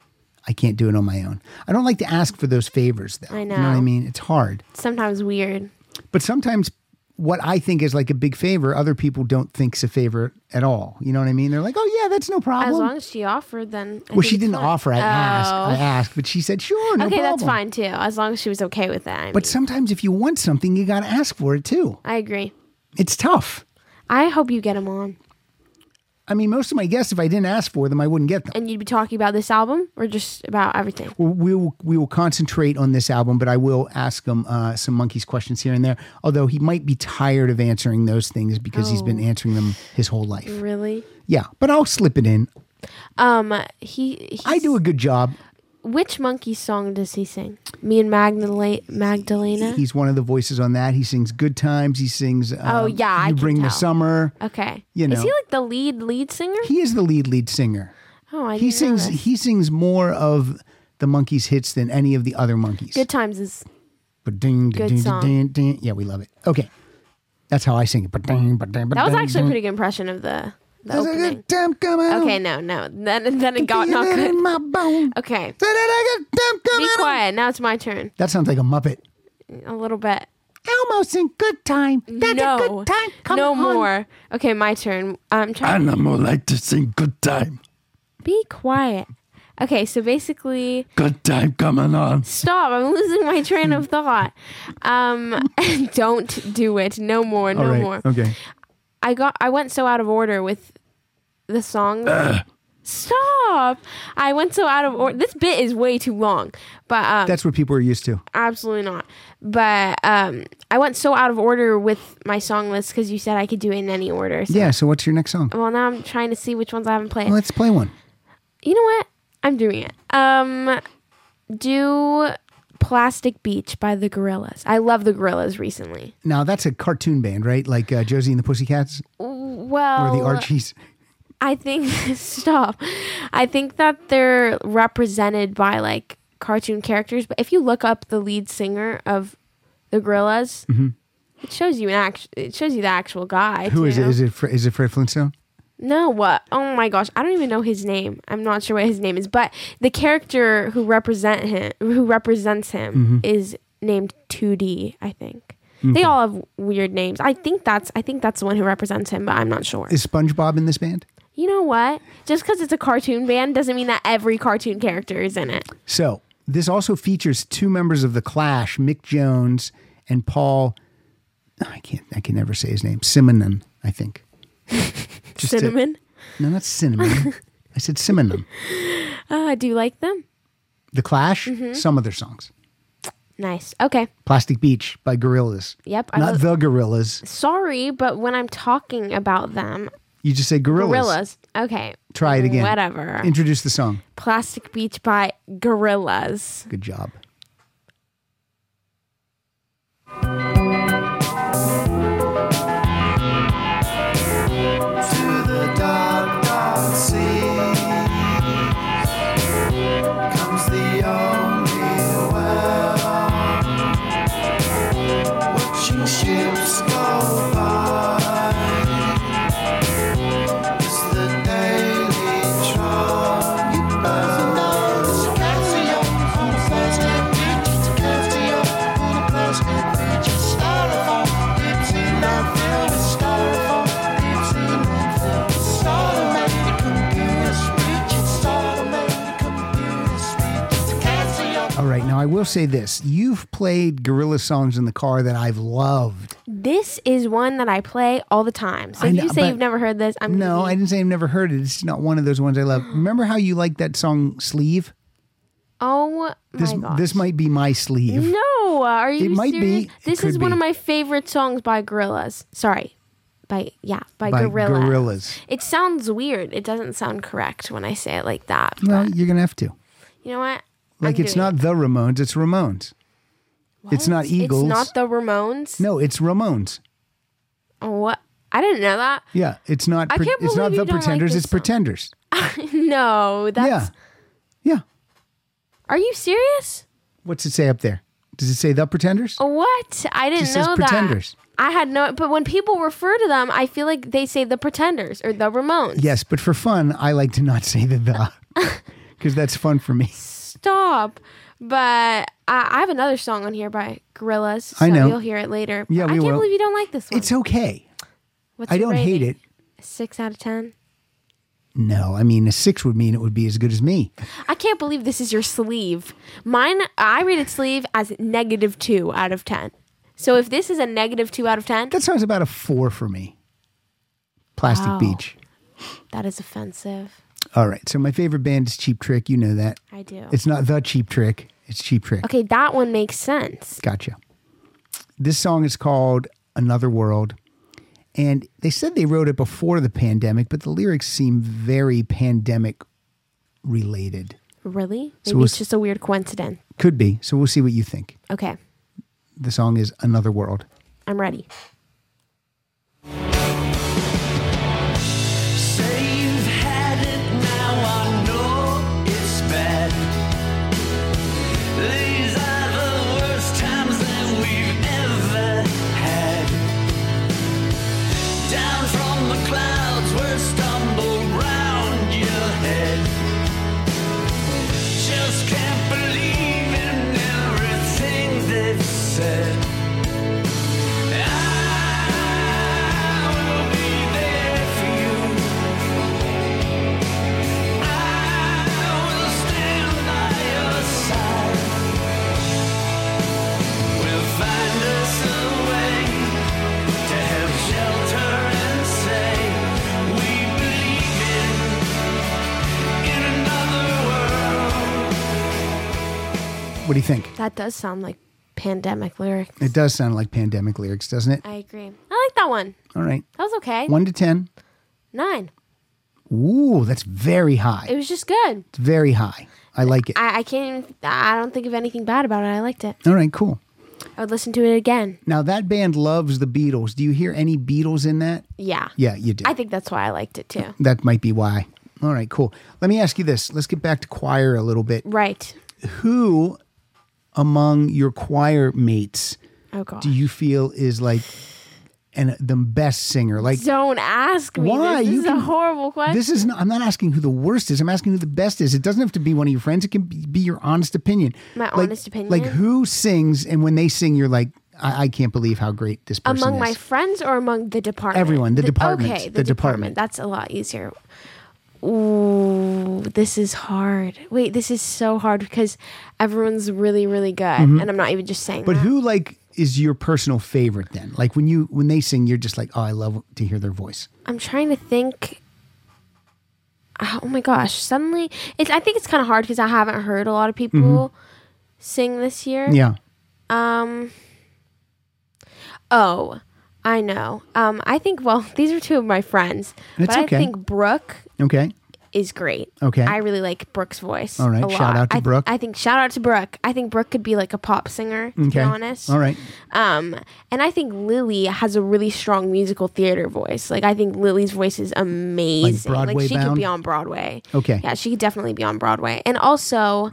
I can't do it on my own. I don't like to ask for those favors though. I You know what I know. mean? It's hard. Sometimes weird. But sometimes what I think is like a big favor, other people don't think's a favor at all. You know what I mean? They're like, oh yeah, that's no problem. As long as she offered, then. I well, think she it's didn't fine. offer. I asked. Oh. I asked, but she said, "Sure, no okay, that's problem." fine too. As long as she was okay with that. I, But mean. sometimes if you want something, you got to ask for it too. I agree. It's tough. I hope you get him on. I mean, most of my guests, if I didn't ask for them, I wouldn't get them. And you'd be talking about this album or just about everything? Well, we will, we will concentrate on this album, but I will ask him uh, some monkeys questions here and there. Although he might be tired of answering those things because he's been Oh. answering them his whole life. Really? Yeah, but I'll slip it in. Um, he. he's- I do a good job. Which monkey song does he sing? Me and Magdalena. Magdalena. He's one of the voices on that. He sings "Good Times." He sings. Um, Oh, yeah, I you can bring the tell. summer. okay. you Is know. he like the lead lead singer? He is the lead lead singer. oh, I. he didn't know sings this. he sings more of the monkeys hits than any of the other monkeys Good times is But ding, good ding, song. ding, ding. yeah we love it okay that's how i sing it Ba-ding, ba-ding, that was ba-ding, actually a ding. pretty good impression of the The There's a opening. good time coming. Okay, no, no. Then, then it got not Feeling in good. my bone. Okay. There's a good time Be coming. quiet. Now it's my turn. That sounds like a Muppet. A little bit. Elmo's in good time. That's no. a good time. Come no on. more. Okay, my turn. I'm trying. Animal like to sing good time. Be quiet. Okay, so basically, Good time coming on. stop. I'm losing my train of thought. Um, don't do it. No more. No All right. more. Okay. I got I went so out of order with the song. Stop! I went so out of order. This bit is way too long, but um, That's what people are used to. absolutely not. But um, I went so out of order with my song list because you said I could do it in any order. So. Yeah. So what's your next song? Well, now I'm trying to see which ones I haven't played. Let's play one. You know what? I'm doing it. Um, do "Plastic Beach" by the Gorillas. I love the Gorillas recently. Now that's a cartoon band, right? Like uh, Josie and the Pussycats or Well, the Archies. I think stop. I think that they're represented by like cartoon characters, but if you look up the lead singer of the Gorillas, it shows you an act. It shows you the actual guy. Mm-hmm. Who is too. it? Is it Fre- is it Fred Flintstone? No, what? Oh my gosh, I don't even know his name. I'm not sure what his name is, but the character who represent him, who represents him, Mm-hmm. is named 2D. I think they all have weird names. I think that's I think that's the one who represents him, but I'm not sure. Is SpongeBob in this band? You know what? Just because it's a cartoon band doesn't mean that every cartoon character is in it. So this also features two members of the Clash, Mick Jones and Paul. I can't. I can never say his name. Simonon, I think. Just to- Cinnamon. no, not cinnamon. I said Simonon. Uh, do you like them? The Clash. Mm-hmm. Some of their songs. Nice. Okay. Plastic Beach by Gorillaz. Yep, I Not love- the Gorillas. Sorry, but when I'm talking about them, You just say Gorillas. gorillas. Okay. Try it again. Whatever. Introduce the song. Plastic Beach by Gorillas. Good job. to the dark, dark sea. Comes the only world. Watching ships go by is the daily trial. You better know it's a casio on a plastic beach. It's a casio on a plastic beach. It's styrofoam, it's in that film. It's styrofoam, it's in that film. It's automatic computer speech. It's automatic computer speech. It's a casio. All right, now I will say this: you've played Gorilla songs in the car that I've loved. This is one that I play all the time. So I if know, you say but- you've never heard this, I'm No, I gonna be- didn't say I've never heard it. It's not one of those ones I love. Remember how you liked that song "Sleeve"? Oh my This gosh. this might be my sleeve. No, are you might be. serious? It This could is one be. of my favorite songs by Gorillaz. Sorry, by yeah, by, By Gorillaz. Gorillaz. It sounds weird. It doesn't sound correct when I say it like that. Well, you're gonna have to. You know what? Like, I'm it's doing not it. the Ramones. It's Ramones. It's not Eagles. It's not the Ramones. No, it's Ramones. What? I didn't know that. Yeah, it's not. I Pre- can't it's not believe the you don't like Pretenders. this it's song. Pretenders. no, that's. Yeah, yeah. Are you serious? What's it say up there? Does it say the Pretenders? Oh. What? I didn't Just know says that. Pretenders. I had no. But when people refer to them, I feel like they say the Pretenders or the Ramones. Yes, but for fun, I like to not say the the because that's fun for me. stop. But I, I have another song on here by Gorillaz. So I know. You'll hear it later. Yeah, I we can't will. believe you don't like this one. It's okay. What's I your don't hate rating? it. Six out of ten. No, I mean a six would mean it would be as good as me. I can't believe this is your sleeve. Mine, I rated sleeve as negative two out of ten. So if this is a negative two out of ten, That sounds about a four for me. Plastic Wow. Beach. that is offensive. All right. So my favorite band is Cheap Trick. You know that. I do. It's not the Cheap Trick. It's Cheap Trick. okay, that one makes sense. Gotcha. This song is called Another World. And they said they wrote it before the pandemic, but the lyrics seem very pandemic related. Really? So Maybe we'll it's s- just a weird coincidence. Could be. So we'll see what you think. Okay, The song is Another World. I'm ready. Say you've had it now, I know it's bad. These are the worst times that we've ever had. Down from the clouds, we're storm What do you think? That does sound like pandemic lyrics. It does sound like pandemic lyrics, doesn't it? I agree. I like that one. All right. That was okay. One to 10. Nine. Ooh, that's very high. It was just good. It's very high. I like it. I, I can't even, I don't think of anything bad about it. I liked it. All right, cool. I would listen to it again. Now, that band loves the Beatles. Do you hear any Beatles in that? Yeah. Yeah, you do. I think that's why I liked it too. that might be why. All right, cool. Let me ask you this. Let's get back to choir a little bit. Right. Who among your choir mates Oh, God. do you feel is like and the best singer? Like Don't ask me. Why? This You is can- a horrible question. this is not, I'm not asking who the worst is. I'm asking who the best is. It doesn't have to be one of your friends. It can be be your honest opinion. My Like- honest opinion? Like who sings and when they sing, you're like, I, I can't believe how great this person among is. my friends or among the department? Everyone, the department, Okay, the, the department. department. That's a lot easier. Ooh, this is hard. Wait, this is so hard because everyone's really, really good, and I'm not even just saying. Mm-hmm. but that. who like is your personal favorite then? Like when you when they sing, you're just like, oh, I love to hear their voice. I'm trying to think. Oh my gosh! Suddenly, it's. I think it's kind of hard because I haven't heard a lot of people Mm-hmm. sing this year. Yeah. Um. Oh, I know. Um, I think. Well, these are two of my friends, It's but okay. I think Brooke Okay. is great. Okay. I really like Brooke's voice. All right, a shout lot. out to I th- Brooke. I think shout out to Brooke. I think Brooke could be like a pop singer. To Okay. be honest. All right. Um, and I think Lily has a really strong musical theater voice. Like I think Lily's voice is amazing. Like, Broadway she could bound? be on Broadway. Okay. Yeah, she could definitely be on Broadway. And also,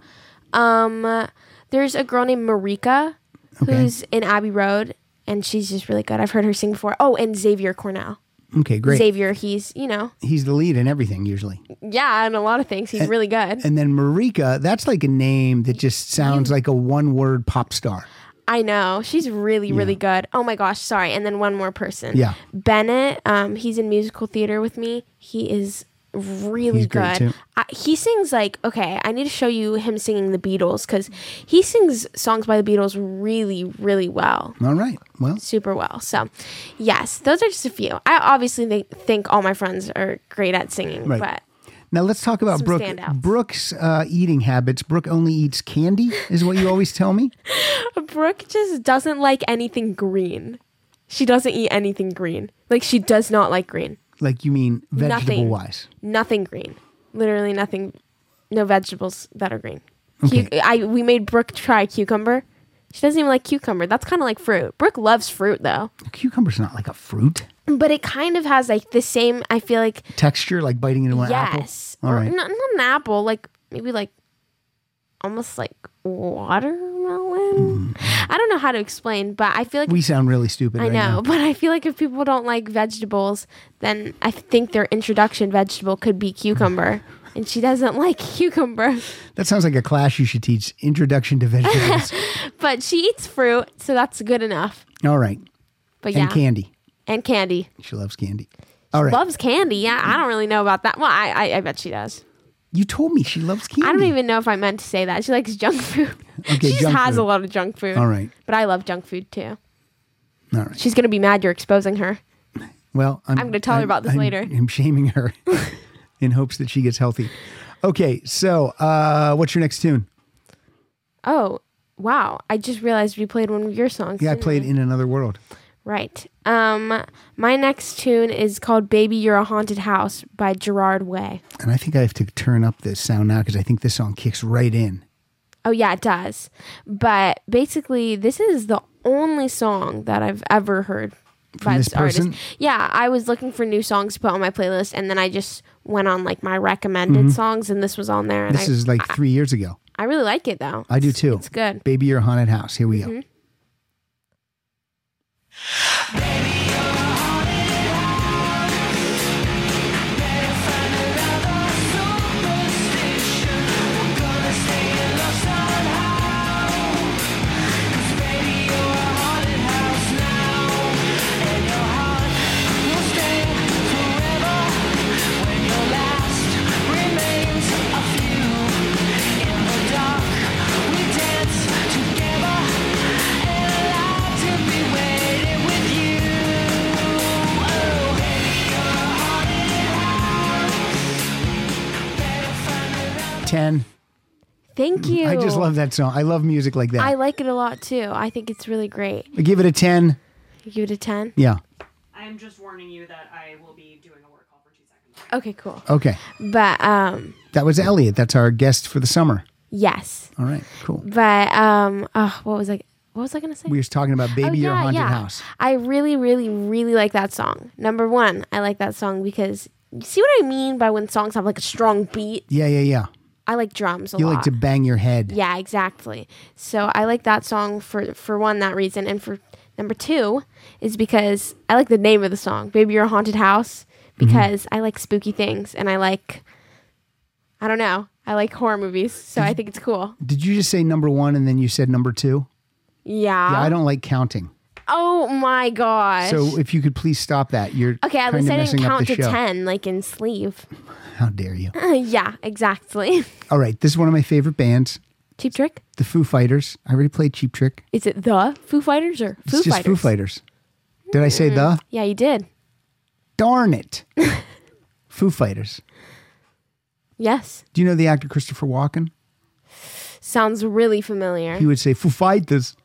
um, there's a girl named Marika Okay. who's in Abbey Road, and she's just really good. I've heard her sing before. Oh, and Xavier Cornell. Okay, great. Xavier, he's you know, He's the lead in everything usually. yeah, and a lot of things. He's really good. And then Marika, that's like a name that just sounds like a one word pop star. I know. She's really, really good. Oh my gosh, sorry. And then one more person. Yeah. Bennett, um, he's in musical theater with me. He is really He's great, good. too. I, he sings like, okay, I need to show you him singing the Beatles because he sings songs by the Beatles really, really well. All right. Well, Super well. So, yes, those are just a few. I obviously think, think all my friends are great at singing, Right. but now let's talk about Some Brooke. standouts. Brooke's uh, eating habits. Brooke only eats candy, is what you always tell me. Brooke just doesn't like anything green. She doesn't eat anything green. Like, she does not like green. Like you mean vegetable Nothing. wise. nothing green. Literally nothing. No vegetables that are green. Okay. Cu- I we made Brooke try cucumber. She doesn't even like cucumber. That's kind of like fruit. Brooke loves fruit though, Cucumber's not like a fruit but it kind of has like the same. I feel like texture, like biting into an yes, apple. All or right. not, not an apple. Like maybe like almost like watermelon. Mm. I don't know how to explain, but I feel like We sound really stupid I right know, now. but I feel like if people don't like vegetables, then I think their introduction vegetable could be cucumber. And she doesn't like cucumber, That sounds like a class you should teach introduction to vegetables. but she eats fruit, so that's good enough. All right. But And yeah, candy. and candy She loves candy. All right. loves candy. Yeah, I don't really know about that. Well, I, I I bet she does. you told me she loves candy. I don't even know if I meant to say that. She likes junk food. Okay, she just junk has food. a lot of junk food. All right. but I love junk food too. All right. She's gonna be mad you're exposing her. Well, I'm, gonna tell her about this I'm- later. I'm shaming her in hopes that she gets healthy. Okay, so uh, what's your next tune? Oh wow! I just realized we played one of your songs. Yeah, I didn't played we? in another world. Right. Um, my next tune is called "Baby, You're a Haunted House" by Gerard Way. And I think I have to turn up the sound now because I think this song kicks right in. Oh yeah, it does. But basically, this is the only song that I've ever heard by this this artist. person? Yeah, I was looking for new songs to put on my playlist, and then I just went on like my recommended songs, and this was on there. And Mm-hmm. This I, is like three years ago. I really like it though. I do too. It's good. Mm-hmm. Baby, you're a haunted house. Here we go. Ten. Thank you. Mm, I just love that song. I love music like that. I I, like it a lot too. I think it's really great. give it a 10. You give it a 10? Yeah. I'm just warning you that I will be doing a word call for two seconds. Okay, cool. Okay. But um That was Elliot. That's our guest for the summer. yes. All right. Cool. But um oh, what was I what was I going to say? We were just talking about Baby Oh, Your yeah, Haunted yeah. House. I really, really, really like that song. Number one, I like that song because you see what I mean by when songs have like a strong beat. Yeah, yeah, yeah. I like drums a You lot. like to bang your head. yeah, exactly. So I like that song for for one that reason, and for number two is because I like the name of the song, "Baby You're a Haunted House," Mm-hmm. because I like spooky things and I like, I don't know, I like horror movies, so I think it's cool. Did you just say number one and then you said number two? Yeah. Yeah, I don't like counting. oh my gosh. So if you could please stop that, you're Okay, at kind least of I messing didn't up the count to show. ten like in sleeve. How dare you? yeah, exactly. All right, this is one of my favorite bands, Cheap Trick? the Foo Fighters. I already played Cheap Trick. Is it the Foo Fighters or It's Foo just Fighters? Foo Mm. Fighters. Did I say the? Yeah, you did. Darn it! Foo Fighters. Yes. Do you know the actor Christopher Walken? Sounds really familiar. He would say Foo Fighters.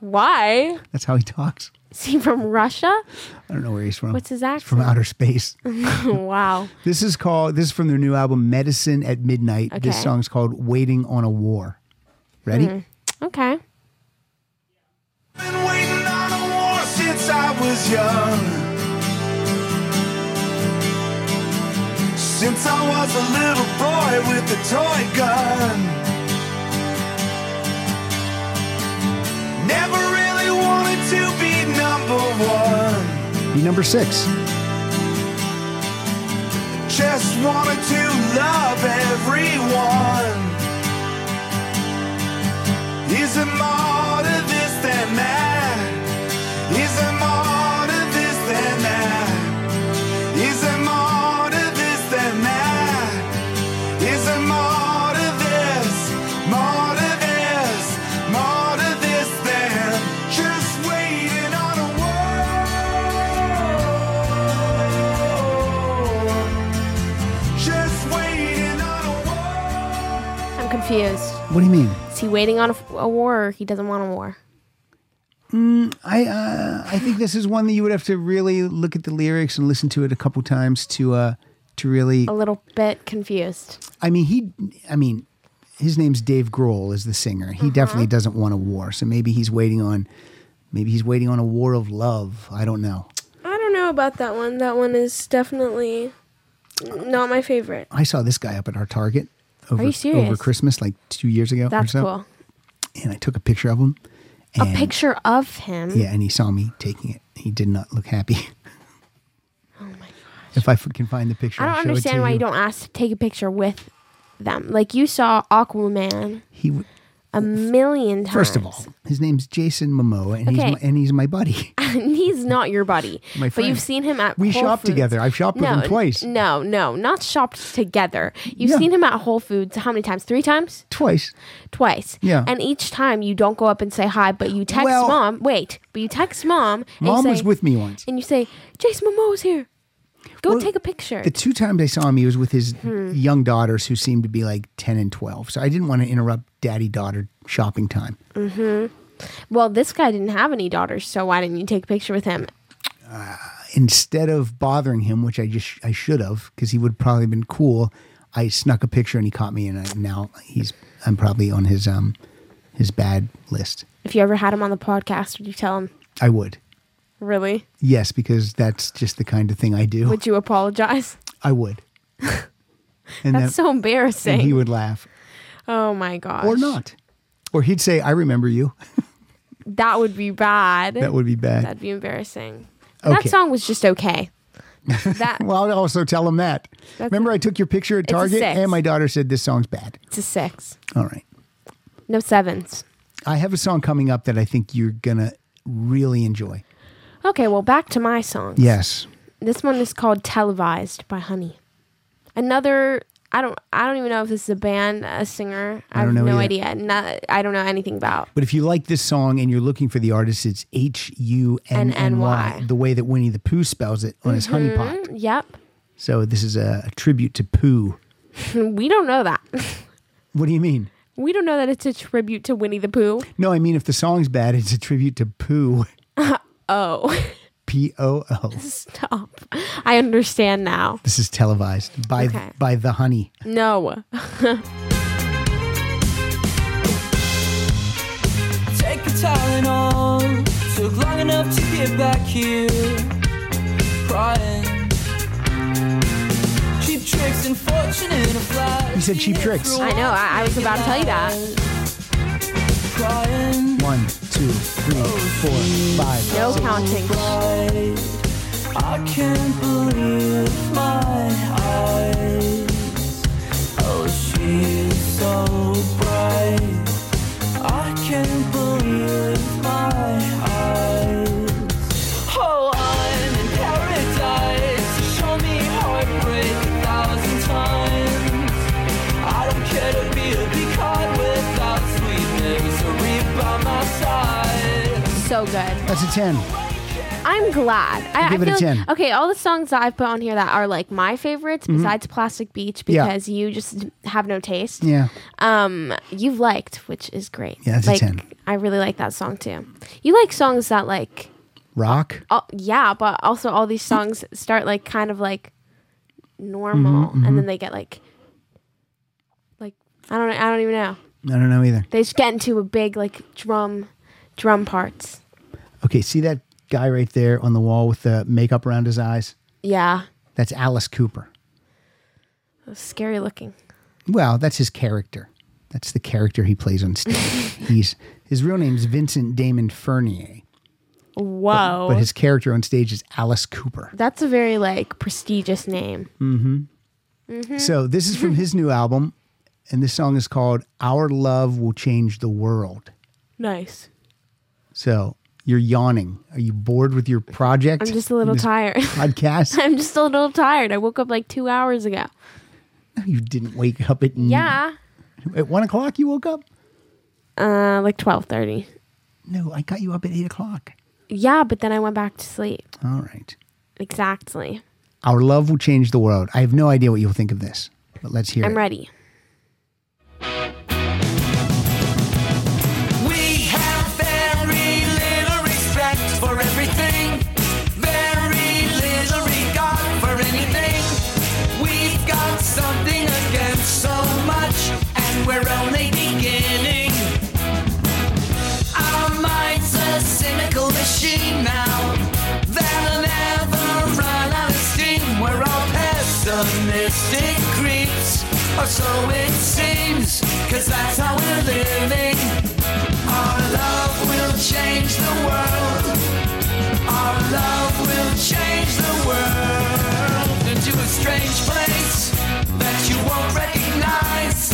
Why? That's how he talks. Is he from Russia? I don't know where he's from. What's his He's from accent? outer space. wow. This is called. This is from their new album, Medicine at Midnight. This Okay. Hmm. song's called "Waiting on a War." Ready? Okay. Been waiting on a war since I was young. Since I was a little boy with a toy gun. Never really wanted to be number one. Be number six. Just wanted to love everyone. Is there more to this than that? Is there more to this than that? Is there more to this than that? Is there more to this? More to this? More to this than just waiting on a war? Just waiting on a war. I'm confused. What do you mean? Is he waiting on a, f- a war or he doesn't want a war? I uh, I think this is one that you would have to really look at the lyrics and listen to it a couple times to uh to really. A little bit confused. I mean he. I mean, his name's Dave Grohl is the singer. Mm-hmm. He definitely doesn't want a war, so maybe he's waiting on. Maybe he's waiting on a war of love. I don't know. I don't know about that one. That one is definitely not my favorite. I saw this guy up at our Target over, you serious? over Christmas, like two years ago. That's or so, cool. And I took a picture of him. A and- picture of him. Yeah, and he saw me taking it. He did not look happy. oh my gosh! If I f- can find the picture, Oh I I'll don't show it understand to why you you don't ask to take a picture with them. Like you saw Aquaman He w- a million times. First of all, his name's Jason Momoa, and he's Okay. my, and he's my buddy. and he's not your buddy. My But friend. you've seen him at We Whole shop Foods. together. I've shopped with no, him twice. No, no, not shopped together. You've Yeah. seen him at Whole Foods how many times? Three times? Twice. Twice. Yeah. And each time you don't go up and say hi, but you text Well- mom. Wait, but you text mom. And Mom you say, was with me once. And you say, Jason Momoa's here. Go Well, take a picture. The two times I saw him, he was with his Hmm. young daughters, who seemed to be like ten and twelve. So I didn't want to interrupt daddy daughter shopping time. well, this guy didn't have any daughters, so why didn't you take a picture with him? instead of bothering him, which I just I should have, because he would probably been cool. I snuck a picture and he caught me, and I, now he's I'm probably on his um his bad list. If you ever had him on the podcast, would you tell him, I would, really? yes, because that's just the kind of thing I do. Would you apologize? I would, and That's then so embarrassing. and he would laugh oh my gosh. or not, or he'd say, "I remember you." That would be bad. That would be bad. That'd be embarrassing. Okay. That song was just okay. That well, I'd also tell him that. That's Remember, a- I took your picture at a Target, six. and my daughter said this song's bad. it's a six. All right. No sevens. I have a song coming up that I think you're gonna really enjoy. Okay, well back to my songs. Yes. This one is called Televised by Honey. Another I don't I don't even know if this is a band, a singer. I, don't have know no either. idea. Not, I don't know anything about. But if you like this song and you're looking for the artist, it's H U N N Y, N-N-Y. the way that Winnie the Pooh spells it on his honey pot. Yep. So this is a, a tribute to Pooh. We don't know that. What do you mean? We don't know that it's a tribute to Winnie the Pooh. No, I mean if the song's bad, it's a tribute to poo. Oh, P O O. stop. I understand now. This is televised by Okay. by the honey. No. Take a Tylenol. Took long enough to get back here. Crying. Cheap tricks and fortune in a flash. You said cheap tricks. I know. I, I was about to tell you that. Crying. One, two, three, four, five. No counting. Pride. I can't believe my eyes. Oh, she's so bright. I can't believe my eyes. Oh, I'm in paradise. Show me heartbreak a thousand times. I don't care to be a big heart without sweet misery by my side. So good. That's a ten. I'm glad. I, Give I it a feel 10. okay. All the songs that I've put on here that are like my favorites, besides Plastic Beach, Mm-hmm. Yeah. because you just have no taste. Yeah. Um, you've liked, which is great. Yeah, it's a like 10. I really like that song too. You like songs that like, Rock. all, yeah, but also all these songs start like kind of like normal, Mm-hmm, and then they get like, like I don't, I don't even know. I don't know either. They just get into a big like drum, drum parts. Okay, see that guy right there on the wall with the makeup around his eyes? Yeah, That's Alice Cooper. scary looking. Well, that's his character. That's the character he plays on stage. He's his real name's Vincent Damon Fernier, Whoa. but his character on stage is Alice Cooper. That's a very like prestigious name. Mm-hmm. So this is from his new album, and this song is called "Our Love Will Change the World." Nice. So you're yawning. Are you bored with your project? I'm just a little This tired. Podcast? I'm just a little tired. I woke up like two hours ago. you didn't wake up at Yeah. at one o'clock. You woke up. Uh, like twelve thirty. No, I got you up at eight o'clock. Yeah, but then I went back to sleep. All right. Exactly. Our love will change the world. I have no idea what you'll think of this, but let's hear I'm it. ready. We have very little respect for everything, very little regard for anything. We've got something against so much, and we're only beginning. Our mind's a cynical machine now that'll never run out of steam. We're all pessimistic creeps, or so it seems, cause that's how we're living. Our love will change the world. Our love will change the world into a strange place that you won't recognize.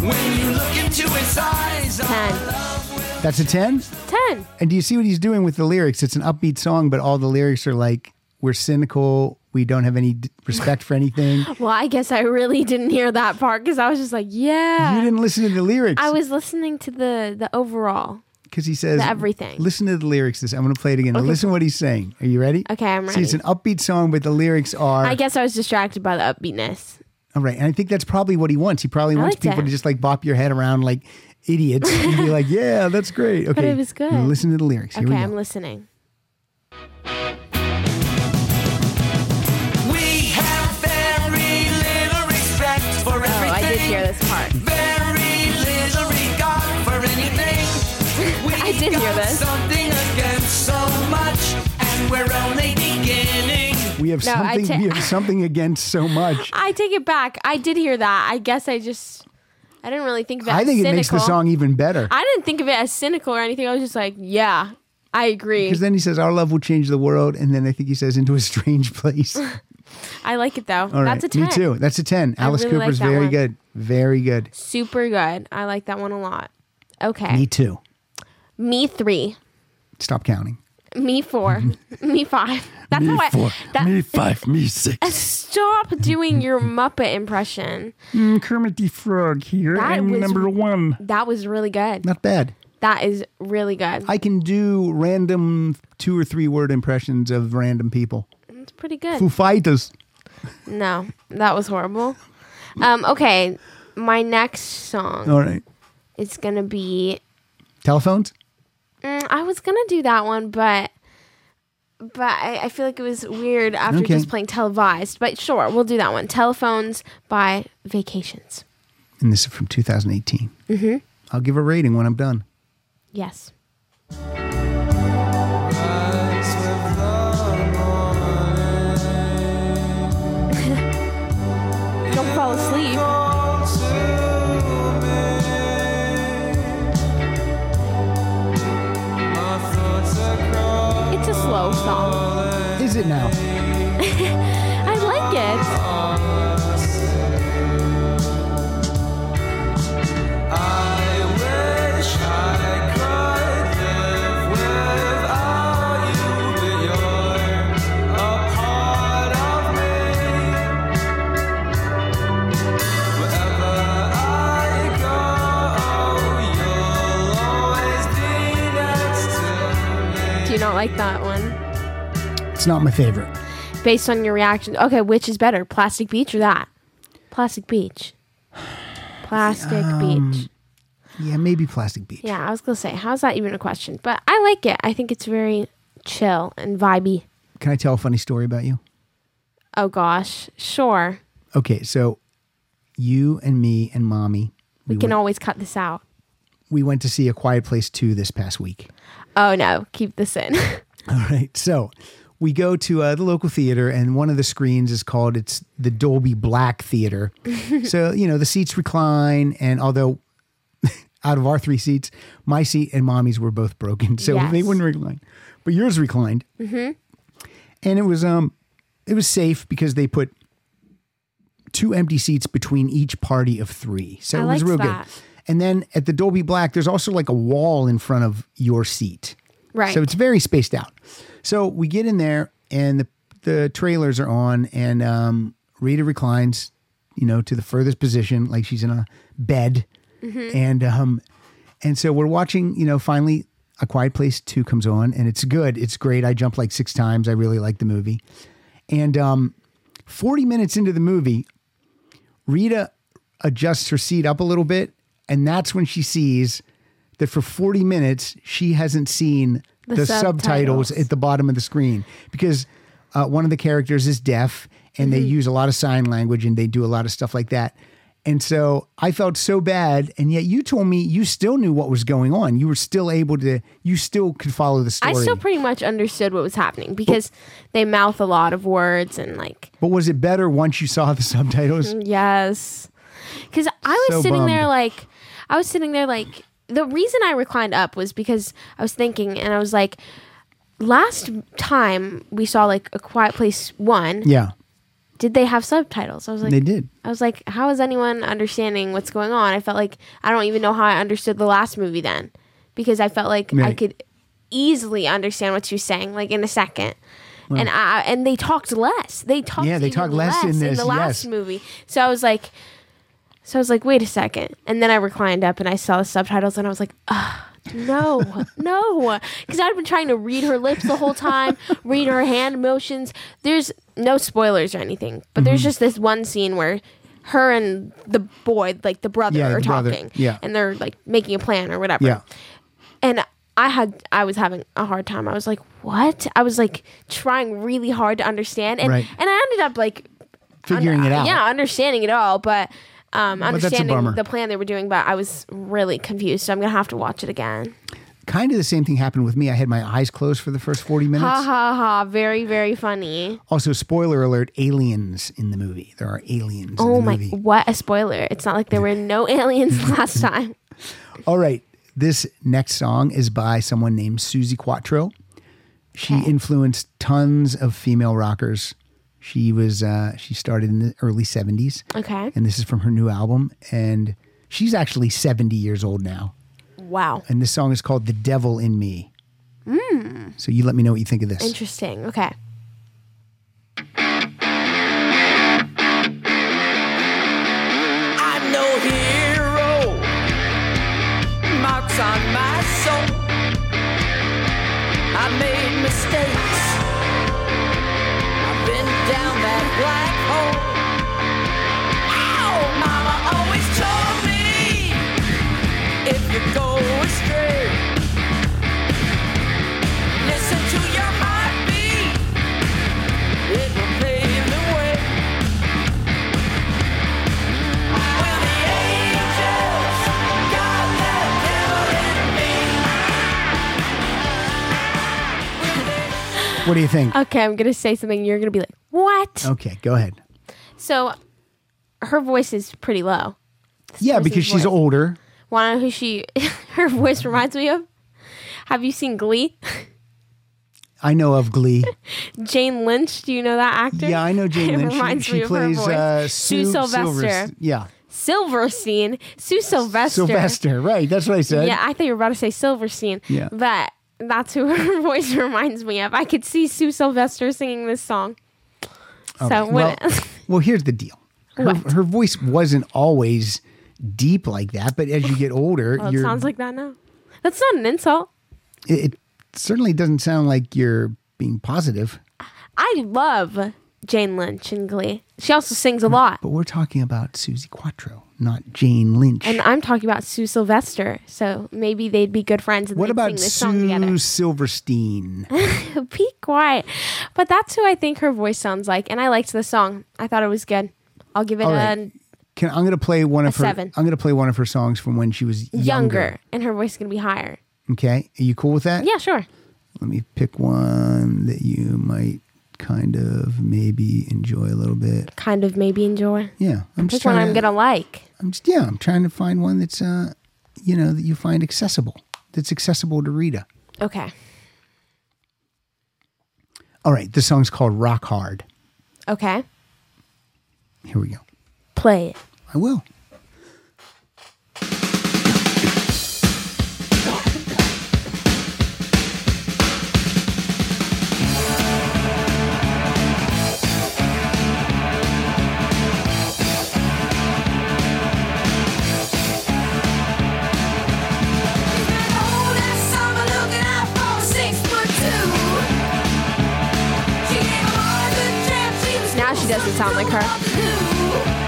When you look into its eyes, our Ten. love will That's a 10. Ten. And do you see what he's doing with the lyrics? It's an upbeat song, but all the lyrics are like, we're cynical. We don't have any d- respect for anything. Well, I guess I really didn't hear that part because I was just like, You yeah. didn't listen to the lyrics. I was listening to the the overall. Because he says, The everything. Listen to the lyrics. This I'm going to play it again. Now Listen to what he's saying. Are you ready? Okay, I'm See, it's an ready. upbeat song, but the lyrics are. I guess I was distracted by the upbeatness. All right. And I think that's probably what he wants. He probably wants liked people it. to just like bop your head around like idiots and be like, yeah, that's great. Okay. it was good. Listen to the lyrics. Here Okay, we go. I'm listening. We have very little respect for Oh, I everything. did hear this part. Very little regard for anything. We I did hear got this. Something against so much, and we're only beginning. We have No, I something. ta- we have something against so much. I take it back. I did hear that. I guess I just I didn't really think of it. I as think it makes the cynical. song even better I didn't think of it as cynical or anything. I was just like, yeah, I agree. because then he says, "Our love will change the world," and then I think he says, "Into a strange place." I like it though. All right, That's a ten. me too. That's a ten. Alice really like Cooper's that very one. good, very good. Super good. I like that one a lot. Okay. Me Me, too. three. Stop counting. Me four. me five. That's how I. that- five, me six. Stop doing your Muppet impression. Kermit the Frog here. That I'm was- number one. That was really good. Not bad. That is really good. I can do random two or three word impressions of random people. It's pretty good. Foo Fighters. No, that was horrible. Um, okay, my next song All right. is gonna be. Telephones? Mm, I was gonna do that one, but but I, I feel like it was weird after Okay. just playing televised. But sure, we'll do that one. Telephones by Vacations. And this is from 2018. Mm-hmm. I'll give a rating when I'm done. Yes. Don't fall asleep. It's a slow song. Is it now? I like it. Do you not like that one? It's not my favorite. Based on your reaction, okay, which is better, Plastic Beach or that? Plastic Beach. Plastic um, Beach. Yeah, maybe Plastic Beach. Yeah, I was gonna say, how's that even a question? But I like it. I think it's very chill and vibey. Can I tell a funny story about you? Oh gosh, sure. Okay, so you and me and mommy, We, we, can went, always cut this out. we went to see A Quiet Place 2 this past week. Oh no, keep this in. All right. So we go to uh, the local theater, and one of the screens is called it's the Dolby Black Theater. so you know the seats recline, and although out of our three seats, my seat and mommy's were both broken, so they Yes. Mm-hmm. wouldn't recline, but yours reclined, and it was um it was safe because they put two empty seats between each party of three, so I it was liked real that. good. And then at the Dolby Black, there's also like a wall in front of your seat. right. So it's very spaced out. So we get in there and the the trailers are on and um, Rita reclines, you know, to the furthest position, like she's in a bed. And um and so we're watching, you know, finally A Quiet Place 2 comes on and it's good. It's great. I jumped like six times. I really like the movie. And um 40 minutes into the movie, Rita adjusts her seat up a little bit, and that's when she sees that for 40 minutes she hasn't seen the, The subtitles. subtitles. at the bottom of the screen because uh, one of the characters is deaf and they Mm-hmm. use a lot of sign language and they do a lot of stuff like that. And so I felt so bad, and yet you told me you still knew what was going on. You were still able to, you still could follow the I story. still pretty much understood what was happening because they mouth a lot of words and like but was it better once you saw the Mm. subtitles? yes. Cuz I was So sitting there bummed. like I was sitting there like the reason I reclined up was because I was thinking and I was like last time we saw like a quiet place 1 Yeah, did they have subtitles? I was like they did. I was like, how is anyone understanding what's going on? I felt like I don't even know how I understood the last movie then because I felt like I Right. could easily understand what she was saying like in a second. and I and they talked less. They talked Yeah, they even talk less in this, the last yes. movie. So I was like so I was like, wait a second. And then I reclined up and I saw the subtitles and I was like, ah, no, no. Because I'd been trying to read her lips the whole time, read her hand motions. There's no spoilers or anything, but there's Mm-hmm. just this one scene where her and the boy, like the brother, Yeah, are the brother, talking. yeah. And they're like making a plan or whatever Yeah. and I had I was having a hard time. I was like, "What?" I was like trying really hard to understand, and Right. and I ended up like Figuring it out. Yeah, understanding it all, but um, that's a understanding bummer. the plan they were doing. But I was really confused, so I'm gonna have to watch it again. kind of the same thing happened with me. I had my eyes closed for the first 40 minutes. Ha ha ha! Very very funny. Also, spoiler alert aliens in the movie. There are aliens Oh in the my! movie. What a spoiler! It's not like there were no aliens last time. All right. This next song is by someone named Susie Quattro. She influenced tons of female rockers. She was uh, she started in the early 70s Okay. and this is from her new album and she's actually 70 years old now Wow. and this song is called The Devil in Me. Hmm. Mm. So you let me know what you think of this. Interesting. Okay. I'm no hero. Marks on my soul. I made mistakes. I've been down that black hole. Ow, Oh, mama always told What do you think? Okay, I'm gonna say something. and You're gonna be like, what? Okay, go ahead. So, her voice is pretty low. Yeah, person's because she's voice. older. Wanna know who she? her voice reminds me of. Have you seen Glee? I know of Glee. Jane Lynch. Do you know that actor? Yeah, I know Jane It Lynch. She- reminds she me of her plays voice. uh, Sue, Sue Sylvester. Silvers- Yeah, Silverstein. Sue Sylvester. Sylvester. Right, that's what I said. Yeah, I thought you were about to say Silverstein. Yeah. But that's who her voice reminds me of. I could see Sue Sylvester singing this song. So Okay, well, when well, here's the deal. Her, her voice wasn't always deep like that, but as you get older, well, it you're, sounds like that now. That's not an insult. it, it certainly doesn't sound like you're being positive. I love Jane Lynch in Glee. She also sings a lot. But we're talking about Susie Quattro, not Jane Lynch. And I'm talking about Sue Sylvester, so maybe they'd be good friends and what they'd about sing this Sue song together. Silverstein? Be quiet. But that's who I think her voice sounds like, and I liked the song. I thought it was good. I'll give it All a right. Can, I'm going to play one of her. seven. I'm going to play one of her songs from when she was younger, younger. and her voice is gonna be higher. Okay, are you cool with that? Yeah, sure. Let me pick one that you might kind of maybe enjoy a little bit. Kind of maybe enjoy. Yeah, I'm just Pick one trying I'm to, gonna like. I'm just, yeah, I'm trying to find one that's uh, you know, that you find accessible. That's accessible to Rita. Okay. All right, this song's called Rock Hard. Okay. Here we go. Play it. I will. Now she doesn't sound like her.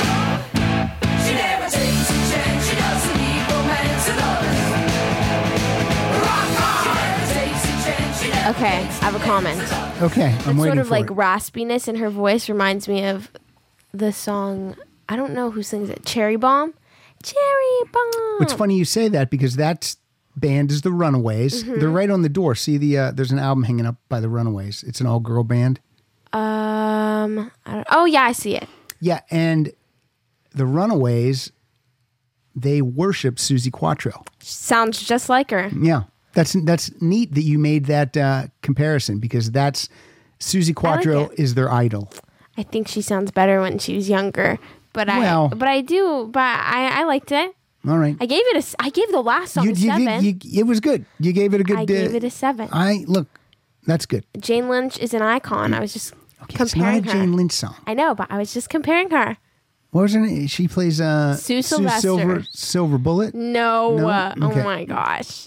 She never takes a chance, she doesn't need romance at all. Rock on. She never takes a chance, she never Okay, I have a comment. Okay, I'm waiting Sort of for like it. raspiness in her voice reminds me of the song. I don't know who sings it. Cherry Bomb. Cherry Bomb. It's funny you say that because that band is the Runaways. Mm-hmm. They're right on the door. See the uh, there's an album hanging up by the Runaways. It's an all girl band. Um. I don't, oh yeah, I see it. Yeah, and the Runaways they worship Susie Quattro. Sounds just like her. Yeah, that's that's neat that you made that uh, comparison because that's Susie Quattro it. is their idol. I think she sounds better when she was younger. But Well. I. But I do. But I. I liked it. All right, I gave it a. s- I gave the last song you, a you seven. did- you- it was good. You gave it a good. I uh, gave it a seven. I look, that's good. Jane Lynch is an icon. I was just Okay, it's not a comparing her. Jane Lynch song. I know, but I was just comparing her. What was her name? She plays uh, Sue Silver Sylvester. Silver Bullet. No. No? uh, Okay. Oh my gosh.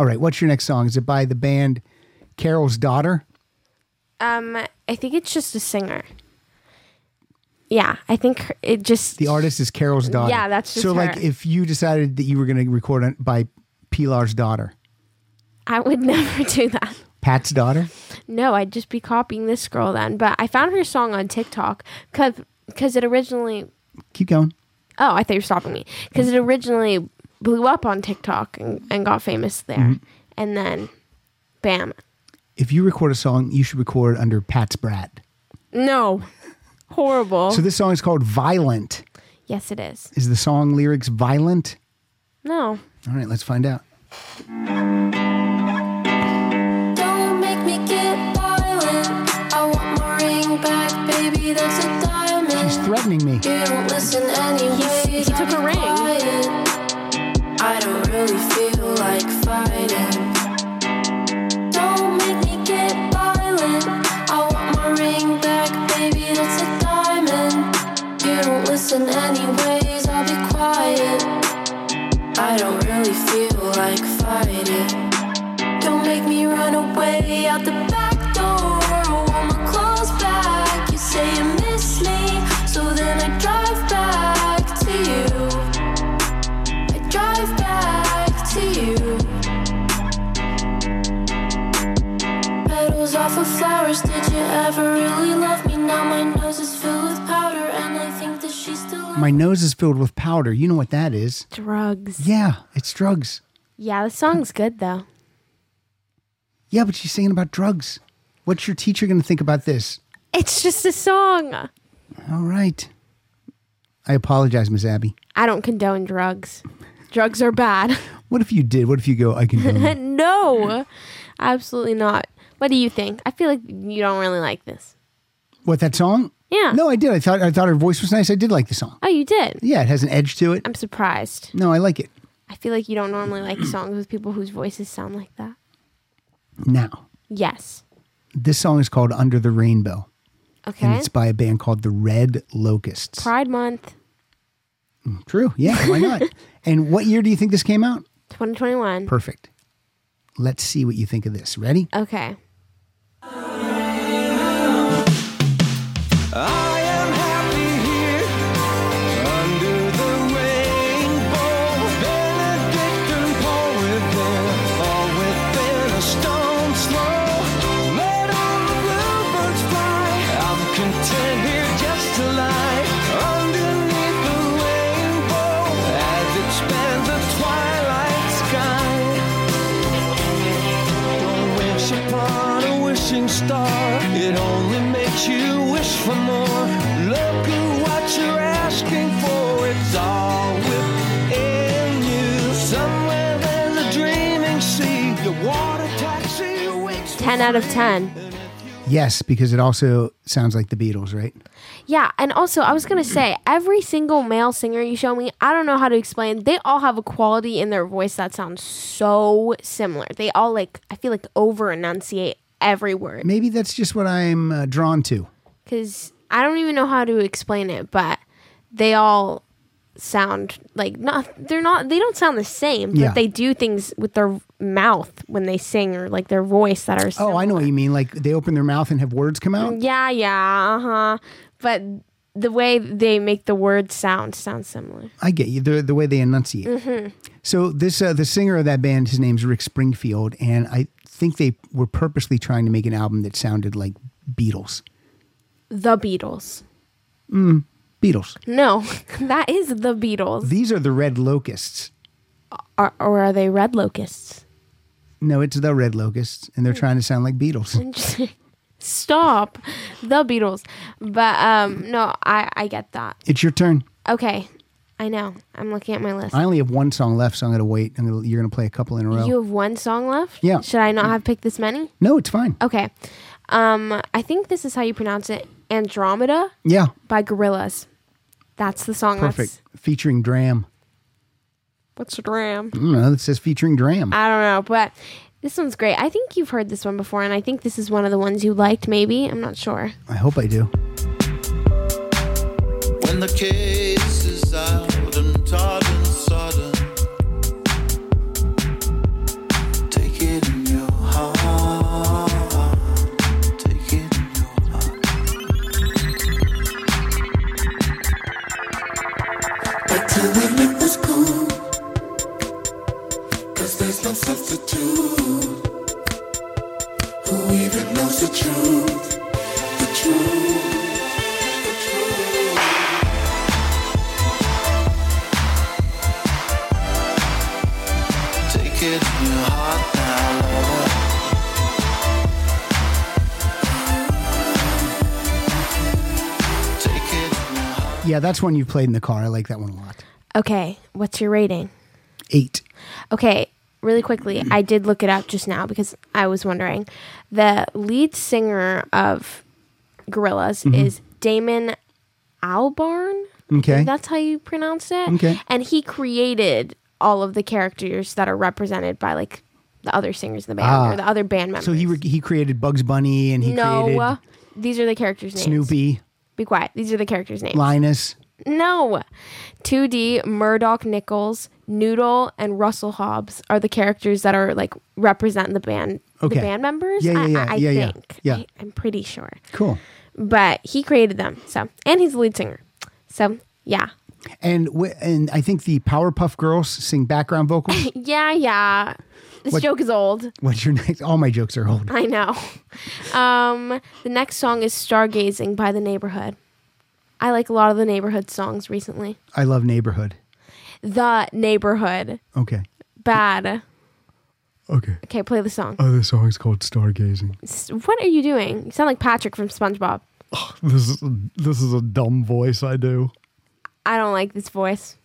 All right, what's your next song? Is it by the band Carol's Daughter? Um, I think it's just a singer. Yeah, I think her- it just. The artist is Carol's Daughter. Yeah, that's just so. Like, her. if you decided that you were going to record it by Pilar's daughter, I would never do that. Pat's daughter. No, I'd just be copying this girl then. But I found her song on TikTok because it originally. Keep going. Oh, I thought you were stopping me. Because it originally blew up on TikTok and, and got famous there. Mm-hmm. And then, bam. If you record a song, you should record under Pat's Brat. No. Horrible. So this song is called "Violent." yes, it is. Is the song lyrics violent? No. All right, let's find out. Don't make me get violent. I want my ring back, baby. That's a diamond. He's threatening me. You don't listen anyway. He took a ring. I don't really feel like fighting. Don't make me get violent. I want my like fighting. Don't make me run away out the back door. I want my clothes back. You say you miss me, so then I drive back to you. I drive back to you. Petals off of flowers, did you ever really love me? Now my nose is filled with powder, and I think that she's still. My nose is filled with powder. You know what that is? Drugs. Yeah, it's drugs. Yeah, the song's good though. Yeah, but she's singing about drugs. What's your teacher going to think about this? It's just a song. All right. I apologize, Miss Abby. I don't condone drugs. Drugs are bad. What if you did? What if you go, I can do it? no, absolutely not. What do you think? I feel like you don't really like this. What, that song? Yeah. No, I did. I thought I thought her voice was nice. I did like the song. Oh, you did. Yeah, it has an edge to it. I'm surprised. No, I like it. I feel like you don't normally like songs with people whose voices sound like that. Now, Yes. this song is called Under the Rainbow. And Okay. it's by a band called the Red Locusts. Pride Month, True. Yeah, why not? and what year do you think this came out? 2021. Perfect. Let's see what you think of this. Ready? Okay. I am happy here under the rainbow. Benedictine poet there, all within a stone's throw. Let all the bluebirds fly. I'm content here just to lie underneath the rainbow as it spans the twilight sky. Don't wish upon a wishing star. It only makes you wish for more. Look at what you're asking for. It's all within you. Somewhere there's a dreaming sea. The water taxi waits. 10 out of 10. Yes, because it also sounds like the Beatles, right? Yeah, and also I was going to say every single male singer you show me, I don't know how to explain, they all have a quality in their voice that sounds so similar. They all like I feel like over enunciate every word Maybe that's just what I'm uh, drawn to. cuz I don't even know how to explain it, but they all sound like not they're not they don't sound the same, Yeah. but they do things with their mouth when they sing or like their voice that are Oh, I know what you mean. Like they open their mouth and have words come out. Yeah, yeah, uh huh. But the way they make the word sound sounds similar. I get you. The the way they enunciate. Mm-hmm. So this uh, the singer of that band, his name's Rick Springfield, and I think they were purposely trying to make an album that sounded like Beatles. The Beatles. Beatles. No, that is the Beatles. These are the Red Locusts. Are, or are they red locusts? No, it's the Red Locusts, and they're Hmm. trying to sound like Beatles. Interesting. Stop. The Beatles. But um no, I I get that. It's your turn. Okay. I know. I'm looking at my list. I only have one song left, so I'm gonna wait. I'm gonna, you're gonna play a couple in a row. You have one song left? Yeah. Should I not have picked this many? no, it's fine. Okay. Um I think this is how you pronounce it. Andromeda Yeah, by Gorillaz. That's the song perfect. that's Featuring Dram. What's your dram? I don't know. It says featuring Dram. I don't know, but this one's great. I think you've heard this one before, and I think this is one of the ones you liked, maybe. I'm not sure. I hope I do. When the case is out and tied and sodden, take it in your heart. Take it in your heart. Back to when it was cool. 'Cause there's no substitute. Who even knows the truth? The truth. The truth. Take it in your heart now, Lord. Take it in your heart. Yeah, that's one you've played in the car. I like that one a lot. Okay, what's your rating? Eight. Okay, really quickly, I did look it up just now because I was wondering. The lead singer of Gorillaz Mm-hmm. is Damon Albarn. Okay. That's how you pronounce it. Okay. And he created all of the characters that are represented by like the other singers in the band Ah. or the other band members. So he re- he created Bugs Bunny and he no, uh, created these are the characters' names. Snoopy, Be quiet. These are the characters' names. Linus. No. 2D, Murdoch Nichols, Noodle, and Russell Hobbs are the characters that are like represent the band Okay. the band members. Yeah, yeah, yeah, I, I, I yeah, yeah, think. yeah. I, I'm pretty sure. Cool. But he created them. So and he's the lead singer. So yeah. And w- and I think the Powerpuff Girls sing background vocals. Yeah, yeah. This What- joke is old. What's your next? All my jokes are old. I know. Um, the next song is Stargazing by The Neighborhood. I like a lot of the neighborhood songs recently. I love Neighborhood. The Neighborhood. Okay. Bad. Okay. Okay, play the song. Oh, this song's called Stargazing. S- What are you doing? You sound like Patrick from SpongeBob. This is this is a dumb voice I do. I don't like this voice.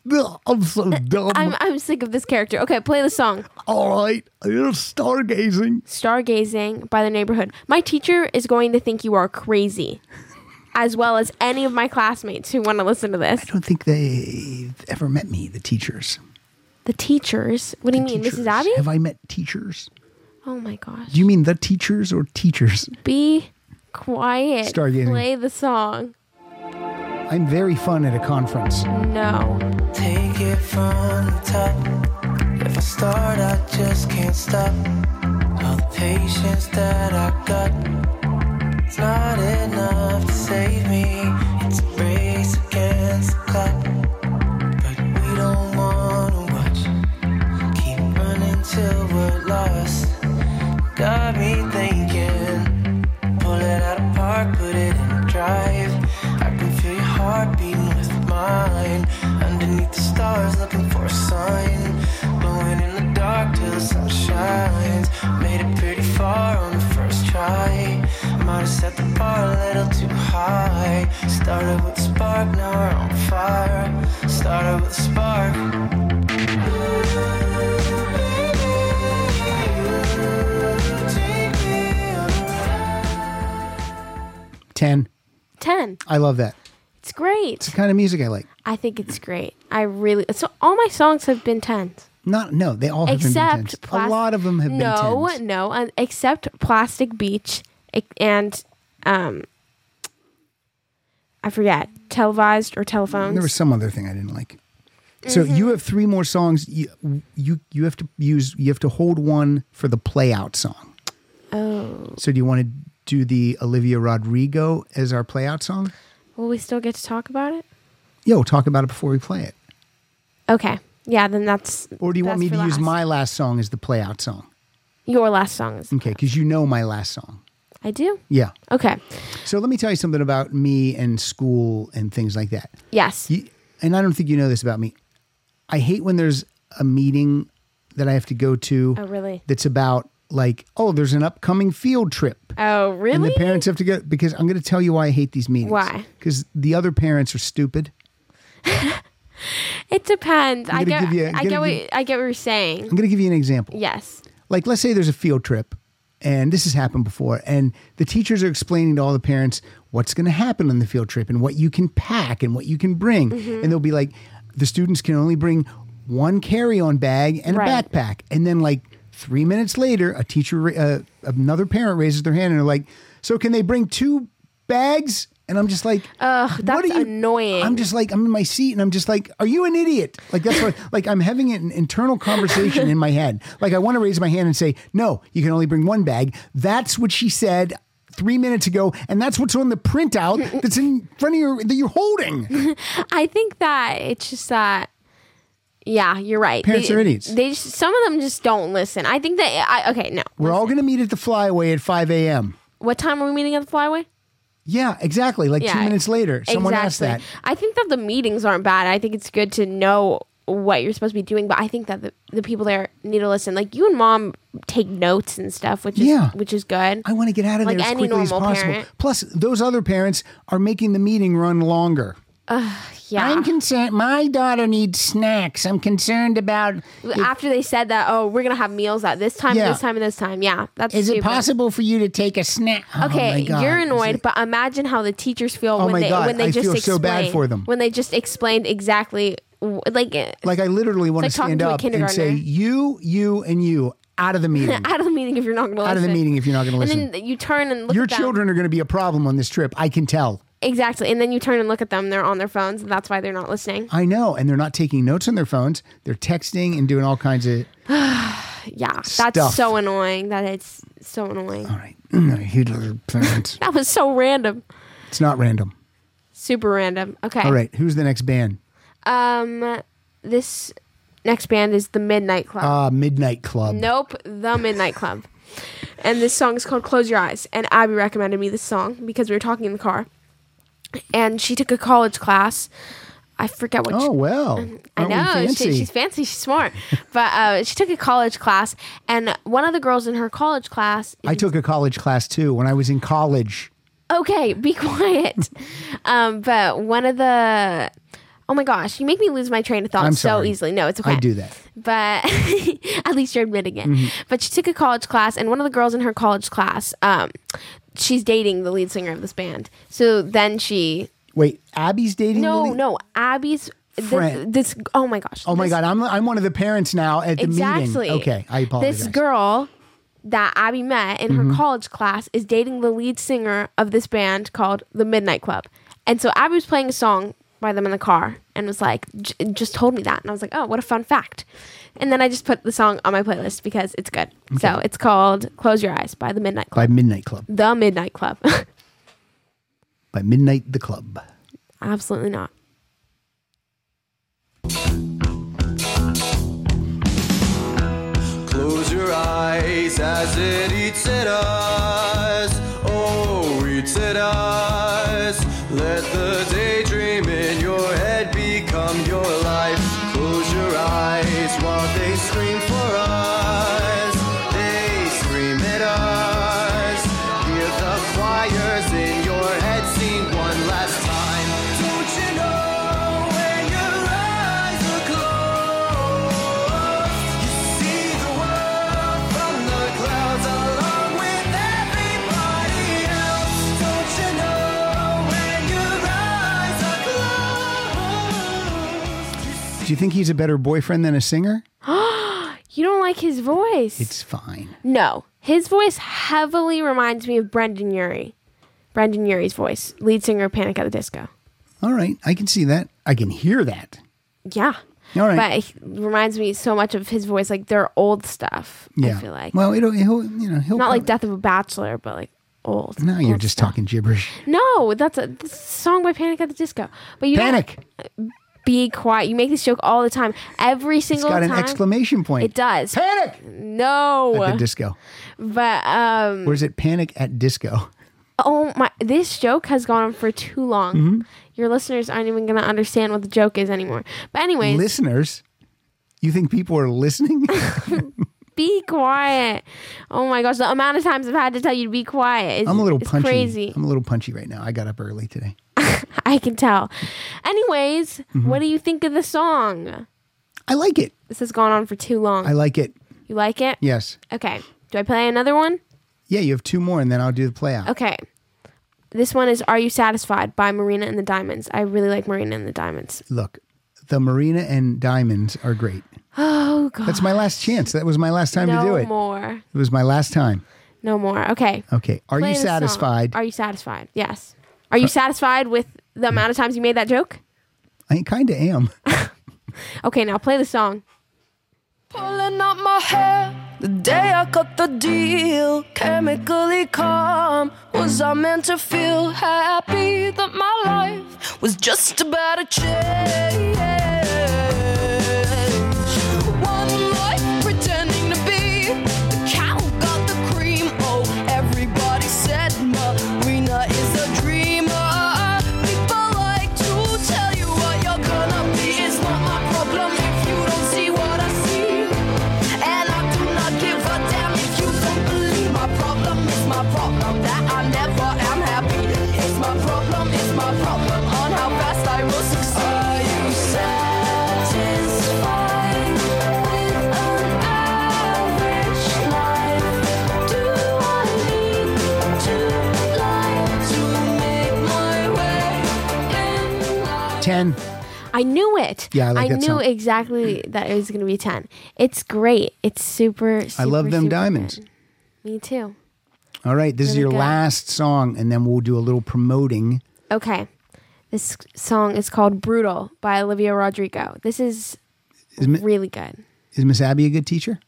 I'm so dumb. I'm, I'm sick of this character. Okay, play the song. All right. It's stargazing. Stargazing by the neighborhood. My teacher is going to think you are crazy, as well as any of my classmates who want to listen to this. I don't think they've ever met me, the teachers. The teachers? What do you The mean, teachers. Mrs. Abby? Have I met teachers? Oh my gosh. Do you mean the teachers or teachers? Be quiet. Stargazing. Play the song. I'm very fun at a conference. No. Take it from the top. If I start, I just can't stop. All the patience that I got, it's not enough to save me. It's a race against the clock. But we don't wanna watch. Keep running till we're lost. Got me thinking. Pull it out of park, put it in drive. I can feel your heart beating with mine. Underneath the stars, looking for a sign. Blowing in the dark till the sun shines. Made it pretty far on the first try. Might have set the bar a little too high. Started with a spark, now we're on fire. Started with a spark. Ten. 10. I love that. It's great. It's the kind of music I like. I think it's great. I really. So all my songs have been 10s. Not no, they all have been except tens. a lot of them have no, been tens. no, uh, except Plastic Beach e- and um, I forget televised or telephones. There was some other thing I didn't like. So Mm-hmm. you have three more songs. You, you you have to use you have to hold one for the play out song. oh, So do you want to do the Olivia Rodrigo as our play out song? will we still get to talk about it? Yeah, we'll talk about it before we play it. Okay, yeah, then that's. Or do you want that's me for to use last. my last song as the play out song? your last song? Is, Okay, because you know my last song. I do. Yeah. Okay. So let me tell you something about me and school and things like that. Yes. You, and I don't think you know this about me. I hate when there's a meeting that I have to go to. Oh, really? That's about like, oh, there's an upcoming field trip. Oh, And the really? parents have to go because I'm going to tell you why I hate these meetings. Why? Because the other parents are stupid. It depends. I'm I gonna get. give you- I'm I gonna get what give- I get what you're saying. I'm going to give you an example. Yes. Like, let's say there's a field trip, and this has happened before, and the teachers are explaining to all the parents what's going to happen on the field trip and what you can pack and what you can bring. Mm-hmm. And they'll be like, the students can only bring one carry on bag and Right. a backpack. And then, like, three minutes later, a teacher, ra- uh, another parent raises their hand and they're like, so can they bring two bags? And I'm just like, Ugh, that's annoying. I'm just like, I'm in my seat and I'm just like, are you an idiot? Like, that's what, like, I'm having an internal conversation in my head. Like, I want to raise my hand and say, no, you can only bring one bag. That's what she said three minutes ago. And that's what's on the printout that's in front of your, that you're holding. I think that it's just that. Yeah, you're right. Parents They- are idiots. They just, some of them just don't listen. I think that I okay. No, We're all going to meet at the flyaway at 5 a.m. what time are we meeting at the flyway? Yeah, exactly. Like two Yeah, minutes later, someone asked that. Exactly. I think that the meetings aren't bad. I think it's good to know what you're supposed to be doing, but I think that the, the people there need to listen. Like you and mom take notes and stuff, which is Yeah. which is good. I want to get out of Like there as any quickly as normal possible. parent. Plus, those other parents are making the meeting run longer. yeah. I'm concerned. My daughter needs snacks. I'm concerned about. After they said that, oh, we're gonna have meals at this time, Yeah. this time, and this time. Yeah, that's Is it stupid. possible for you to take a snack? Oh, my Okay, God. you're Is annoyed, it- but imagine how the teachers feel Oh when my they God, when they I just feel explain so bad for them. when they just explained exactly w- like eh, like I literally want like to talking stand to a up and say, kindergartner. "You, you, and you, out of the meeting, out of the meeting if you're not going to listen. out of the meeting. If you're not going to and listen, then you turn and look. your at them. children are going to be a problem on this trip. I can tell." exactly. And then you turn and look at them; they're on their phones, and that's why they're not listening. I know, and they're not taking notes on their phones. They're texting and doing all kinds of. Yeah, Stuff. that's so annoying. That it's so annoying. All right. it's That was so random, not random. super random. Okay. All right, who's the next band? Um, this next band is the Midnight Club. Ah, Midnight Club. Nope, The Midnight Club. And this song is called Close Your Eyes. And Abby recommended me this song because we were talking in the car. And she took a college class. I forget what. Oh she, well, I aren't we know she, she's fancy, she's smart, but uh, she took a college class, and one of the girls in her college class. I took a college class too when I was in college. Okay, be quiet. um, but one of the. Oh my gosh, you make me lose my train of thought I'm so sorry. easily. No, it's okay I do that. but at least you're admitting it. Mhm. But she took a college class, and one of the girls in her college class, um, she's dating the lead singer of this band. So then she, Wait, Abby's dating. no, the lead- no, Abby's th- Friend. This, oh my gosh, Oh my this- God, I'm I'm one of the parents now at the exactly. meeting. Okay, I apologize. This girl that Abby met in her Mhm. college class is dating the lead singer of this band called The Midnight Club, and so Abby was playing a song by them in the car and was like, j- just told me that, and I was like, oh, what a fun fact. And then I just put the song on my playlist because it's good. So it's called "Close Your Eyes" by The Midnight Club. by Midnight Club. The Midnight Club. By Midnight the Club. Absolutely not. Close your eyes as it eats at us. Oh, eats at us. Let the daydream in your head become your life. Close your eyes while they scream for us. They scream at us. Hear the choirs in your head sing one last time. Don't you know when your eyes are closed? See the world from the clouds along with everybody else. Don't you know when your eyes are closed? Do you think he's a better boyfriend than a singer? you don't like his voice. It's fine. No, his voice heavily reminds me of Brendan Urie. Brendan Urie's voice, lead singer of Panic at the Disco. All right, I can see that. I can hear that. Yeah. All right. But he reminds me so much of his voice, like their old stuff. Yeah. I feel like. Well, it'll, he'll you know he'll not like Death of a Bachelor, but like old. No, you're just talking gibberish. No, that's a, that's a song by Panic at the Disco. But you Panic. Don't, be quiet. You make this joke all the time. Every It's single got time. an exclamation point. It does. Panic. No. At the disco. But um. Or is it panic at disco? Oh my! This joke has gone on for too long. Mhm. Your listeners aren't even going to understand what the joke is anymore. But anyways, Listeners, you think people are listening? be quiet. Oh my gosh, the amount of times I've had to tell you to be quiet is I'm a little is punchy. crazy. I'm a little punchy right now. I got up early today. I can tell. Anyways, Mhm. what do you think of the song? I like it. This has gone on for too long. I like it. you like it? Yes. Okay. Do I play another one? Yeah, you have two more, and then I'll do the play out. Okay. This one is "Are You Satisfied" by Marina and the Diamonds. I really like Marina and the Diamonds. Look, the Marina and Diamonds are great. Oh god. That's my last chance. That was my last time no to do it. more. It was my last time. No more. Okay. Okay. Are Play you the song. satisfied? Are you satisfied? Yes. Are you satisfied with the amount of times you made that joke? I kind of am. Okay, now play the song. Pulling out my hair the day I cut the deal. Chemically calm, was I meant to feel happy that my life was just about to change? One life pretending to be the cow got the cream. Oh, everybody said Marina is a dreamer. People like to tell you what you're gonna be. It's not my problem if you don't see what I see. And I do not give a damn if you don't believe my problem. It's my problem that I never am happy. It's my problem, it's my problem on how fast I will succeed. Are you satisfied with an average life? Do I need to lie to make my way in life? Ten. I knew it. Yeah, I like that knew song. exactly that it was going to be 10. It's great. It's super, I love super, them super diamonds. good. Me too. All right. This is Really your good. last song, and then we'll do a little promoting Okay. This song is called Brutal by Olivia Rodrigo. This is, Is Mi- really good. Is Miss Abby a good teacher?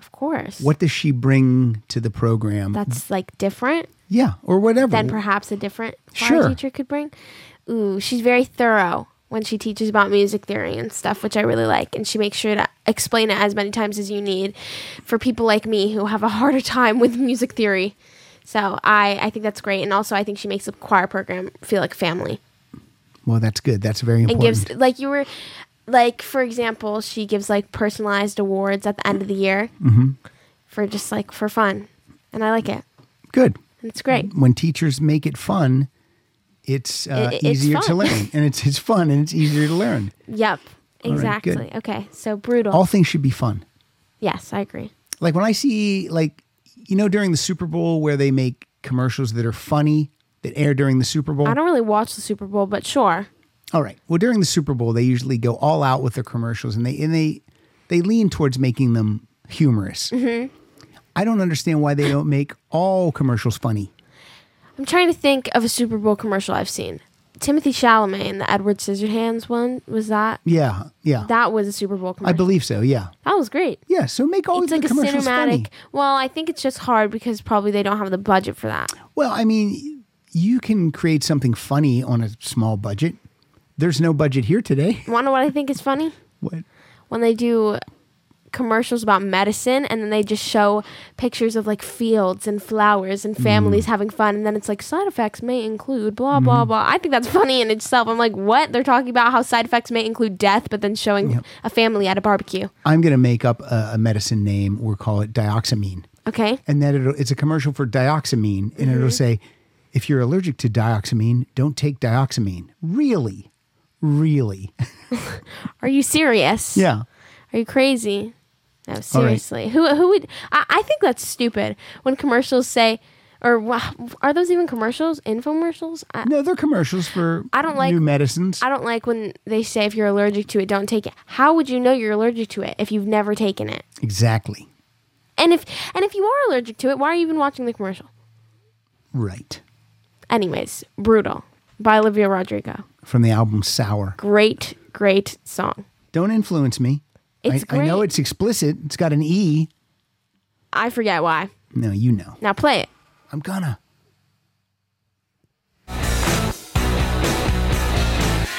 Of course. What does she bring to the program? That's like different. yeah, or whatever. Then perhaps a different choir Mm-hmm. Sure. teacher could bring. Ooh, she's very thorough when she teaches about music theory and stuff, which I really like. And she makes sure to explain it as many times as you need for people like me who have a harder time with music theory. So I, I think that's great. And also, I think she makes the choir program feel like family. well, that's good. That's very and important. gives like you were like for example she gives like personalized awards at the end of the year hmm for just like for fun and i like it Good. and it's great When teachers make it fun, it's uh, It- it's easier to fun. learn, and it's it's fun and it's easier to learn. All right, yep good. exactly okay so brutal All things should be fun. yes i agree Like when I see like you know during the Super Bowl where they make commercials that are funny that air during the Super Bowl. i don't really watch the super bowl but sure All right. Well, during the Super Bowl, they usually go all out with their commercials, and they and they they lean towards making them humorous. hmm I don't understand why they don't make all commercials funny. i'm trying to think of a super bowl commercial i've seen timothy chalamet in the edward scissorhands one was that Yeah, yeah. that was a super bowl I commercial believe so. Yeah. that was great yeah so make all it's the like a commercials cinematic funny. well i think it's just hard because probably they don't have the budget for that Well, I mean, you can create something funny on a small budget. There's no budget here today. Want to know what I think is funny? What? When they do commercials about medicine and then they just show pictures of like fields and flowers and Mm. families having fun and then it's like side effects may include blah Mm-hmm. blah blah. I think that's funny in itself. I'm like, what? They're talking about how side effects may include death, but then showing a family at a barbecue. I'm going to make up a, a medicine name. We'll call it dioxamine. Okay. And then it'll, it's a commercial for dioxamine, and it'll Mhm. say, if you're allergic to dioxamine, don't take dioxamine. Really? Really? Are you serious? Yeah. Are you crazy? No, All right. seriously. Who who would? I, I think that's stupid when commercials say, or wha- are those even commercials? Infomercials? I, No, they're commercials for I don't like new medicines. I don't like when they say if you're allergic to it, don't take it. How would you know you're allergic to it if you've never taken it? Exactly. And if and if you are allergic to it, why are you even watching the commercial? Right. Anyways, brutal by Olivia Rodrigo. From the album Sour. Great, great song. Don't influence me. It's I, I know great. it's explicit. It's got an E. I forget why. No, you know. Now play it. I'm gonna.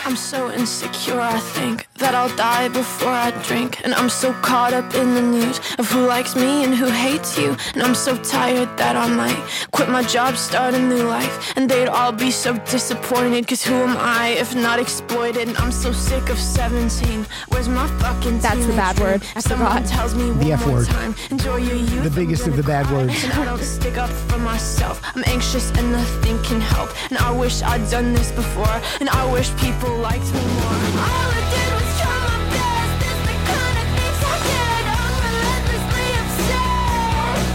I'm so insecure, I think that I'll die before I drink. And I'm so caught up in the news of who likes me and who hates you. And I'm so tired that I might quit my job, start a new life. And they'd all be so disappointed, cause who am I if not exploited? And I'm so sick of 17. Where's my fucking That's the bad word. I forgot. tells me one The F more word. time, enjoy your youth. The biggest of the bad words. And I don't stick up for myself. I'm anxious and nothing can help. And I wish I'd done this before. And I wish people liked me more. All I did was try my best. That's the kind of things I did. I'm relentlessly obsessed.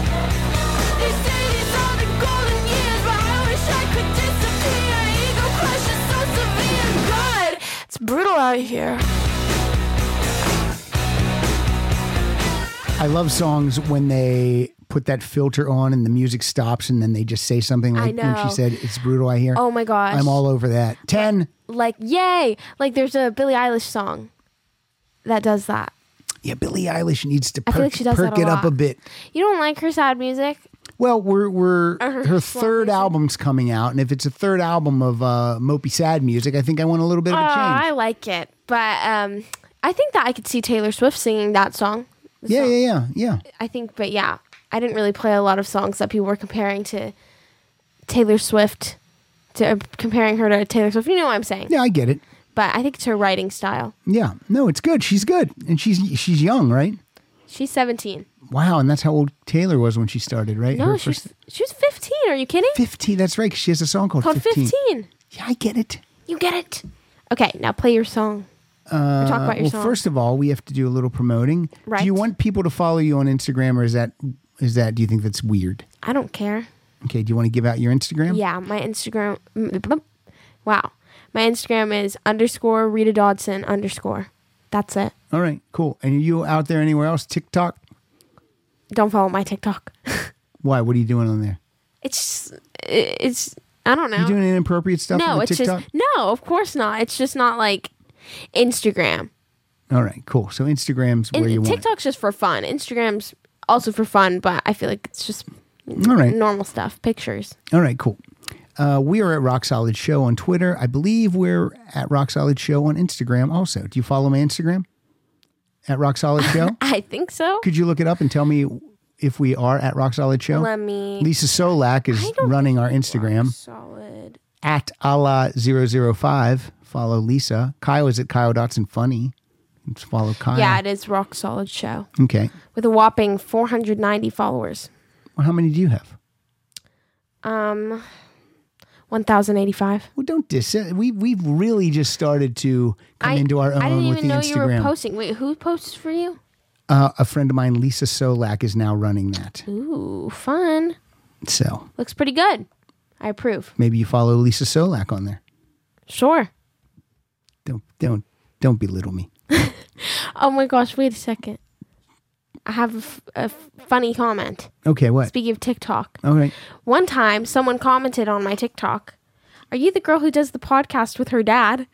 They say these are the golden years, but I wish I could disappear. Ego crush is so severe. God, it's brutal out here. I love songs when they put that filter on and the music stops and then they just say something I like when she know. said, It's brutal, I hear. Oh my gosh. I'm all over that. 10. Like yay! Like there's a Billie Eilish song that does that. Yeah, Billie Eilish needs to I perk, feel like she does perk that a it up a lot. bit. You don't like her sad music? Well, we're, we're Or her her slow third album's coming out, and if it's a third album of uh, mopey sad music, I think I want a little bit of a Oh, change. I like it, but um, I think that I could see Taylor Swift singing that song. the yeah, song. yeah, yeah, I think, but yeah, I didn't really play a lot of songs that people were comparing to Taylor Swift, to uh, comparing her to Taylor Swift. You know what I'm saying? yeah. Yeah, I get it. But I think it's her writing style. Yeah, no, it's good. She's good, and she's she's young, right? She's 17. Wow, and that's how old Taylor was when she started, right? No, she's she was 15. Are you kidding? 15. That's right. 'cause She has a song called, Called 15. Yeah, I get it. You get it. Okay, now play your song. Uh, talk about your well, song. first of all, we have to do a little promoting. Do you Right. want people to follow you on Instagram, or is that is that? Do you think that's weird? I don't care. Okay. Do you want to give out your Instagram? Yeah, my Instagram. Wow, my Instagram is underscore Rita Dodson underscore. That's it. All right. Cool. And are you out there anywhere else? TikTok? Don't follow my TikTok. Why? What are you doing on there? It's it's I don't know. You doing inappropriate stuff no, on the it's TikTok? just no. Of course not. It's just not like Instagram. All right, cool. So Instagram's where In- you want. TikTok's just for fun. Instagram's also for fun, but I feel like it's just All right. normal stuff, pictures. it. All right, cool. Uh, we are at Rock Solid Show on Twitter. I believe we're at Rock Solid Show on Instagram. Also, do you follow my Instagram? At Rock Solid Show. I think so. Could you look it up and tell me if we are at Rock Solid Show? Let me- Lisa Solak is running our Instagram. Solid. At ala005. Follow Lisa. Kyle is at Kyle Dotson Funny. Just follow Kyle. Yeah, it is rock solid show Okay. with a whopping 490 followers. Well, how many do you have? Um, 1,085. Well, don't diss it. We we've really just started to come into our own I didn't with even the know you Instagram. were posting. Wait, who posts for you? uh, a friend of mine, Lisa Solak, is now running that. Ooh, fun. So Looks pretty good. I approve. maybe you follow Lisa Solak on there. Sure. Don't don't don't belittle me. Oh my gosh, wait a second. I have a, f- a f- funny comment. Okay, what? Speaking of TikTok, All right. one time someone commented on my TikTok, Are you the girl who does the podcast with her dad?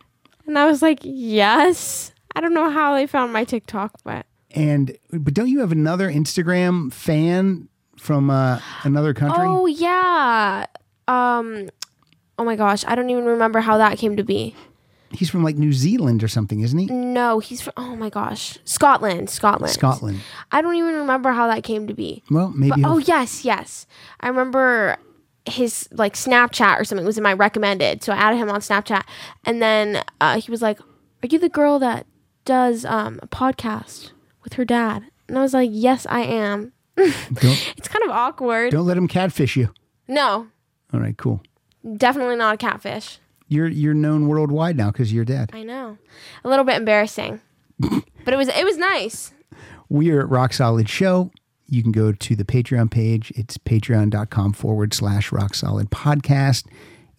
And I was like, Yes. I don't know how they found my TikTok, but And but don't you have another Instagram fan from uh, another country? Oh yeah. Um oh my gosh, I don't even remember how that came to be. He's from like New Zealand or something, isn't he? No, he's from oh my gosh. Scotland, Scotland. Scotland. I don't even remember how that came to be. Well, maybe. But- he'll- oh yes, yes. I remember his like Snapchat or something was in my recommended, so I added him on Snapchat, and then uh, he was like, "Are you the girl that does um, a podcast with her dad?" And I was like, "Yes, I am." it's kind of awkward. Don't let him catfish you. No, All right, cool. definitely not a catfish. You're you're known worldwide now because you're dead. I know, a little bit embarrassing, but it was it was nice. We are at Rock Solid Show. You can go to the Patreon page. It's patreon.com forward slash rock solid podcast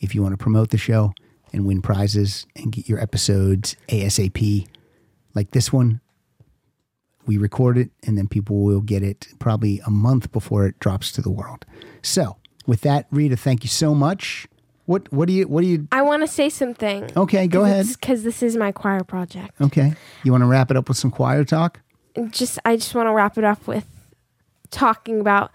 if you want to promote the show and win prizes and get your episodes ASAP. Like this one, we record it and then people will get it probably a month before it drops to the world. So, with that, Rita, thank you so much. What what do you what do you I want to say something. Okay, go ahead. Because this is my choir project. Okay. You want to wrap it up with some choir talk? just I just want to wrap it up with talking about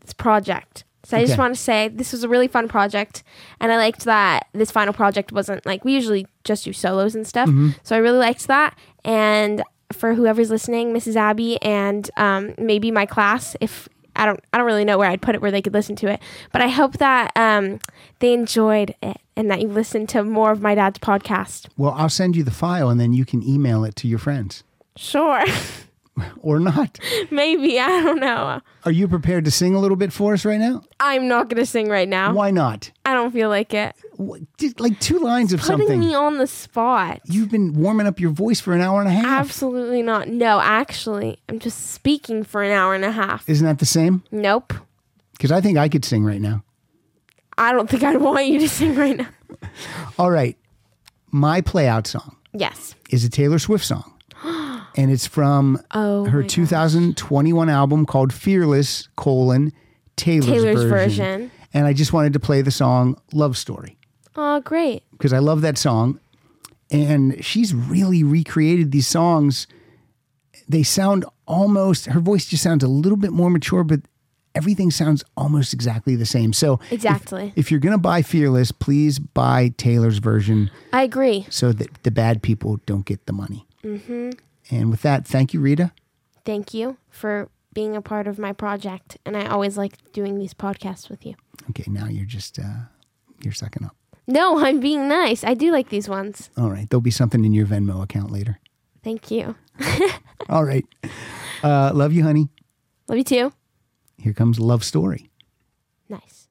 this project. So I just Okay. want to say this was a really fun project, and I liked that this final project wasn't like we usually just do solos and stuff. Mhm. So I really liked that. And for whoever's listening, Mrs. Abby and um, maybe my class, if I don't, I don't really know where I'd put it where they could listen to it. But I hope that um, they enjoyed it and that you listened to more of my dad's podcast. Well, I'll send you the file and then you can email it to your friends Sure, or not. maybe I don't know. Are you prepared to sing a little bit for us right now? I'm not gonna sing right now. Why not? I don't feel like it. Just like two lines of Putting something. me on the spot. You've been warming up your voice for an hour and a half. Absolutely not. No, actually, I'm just speaking for an hour and a half. Isn't that the same? Nope. Because I think I could sing right now. I don't think I'd want you to sing right now. All right. My playout song Yes. is a Taylor Swift song. And it's from Oh her 2021 album called Fearless, colon, Taylor's, Taylor's version. And I just wanted to play the song Love Story. Oh, great. because I love that song. And she's really recreated these songs. They sound almost, her voice just sounds a little bit more mature, but everything sounds almost exactly the same. So, if- Exactly. If, you're going to buy Fearless, please buy Taylor's version I agree. so that the bad people don't get the money. hmm And with that, thank you, Rita. Thank you for being a part of my project, and I always like doing these podcasts with you. Okay, now you're just, uh, you're sucking up. No, I'm being nice. I do like these ones. All right. There'll be something in your Venmo account later. Thank you. All right. Uh, love you, honey. Love you too. Here comes Love Story. Nice. oh, oh,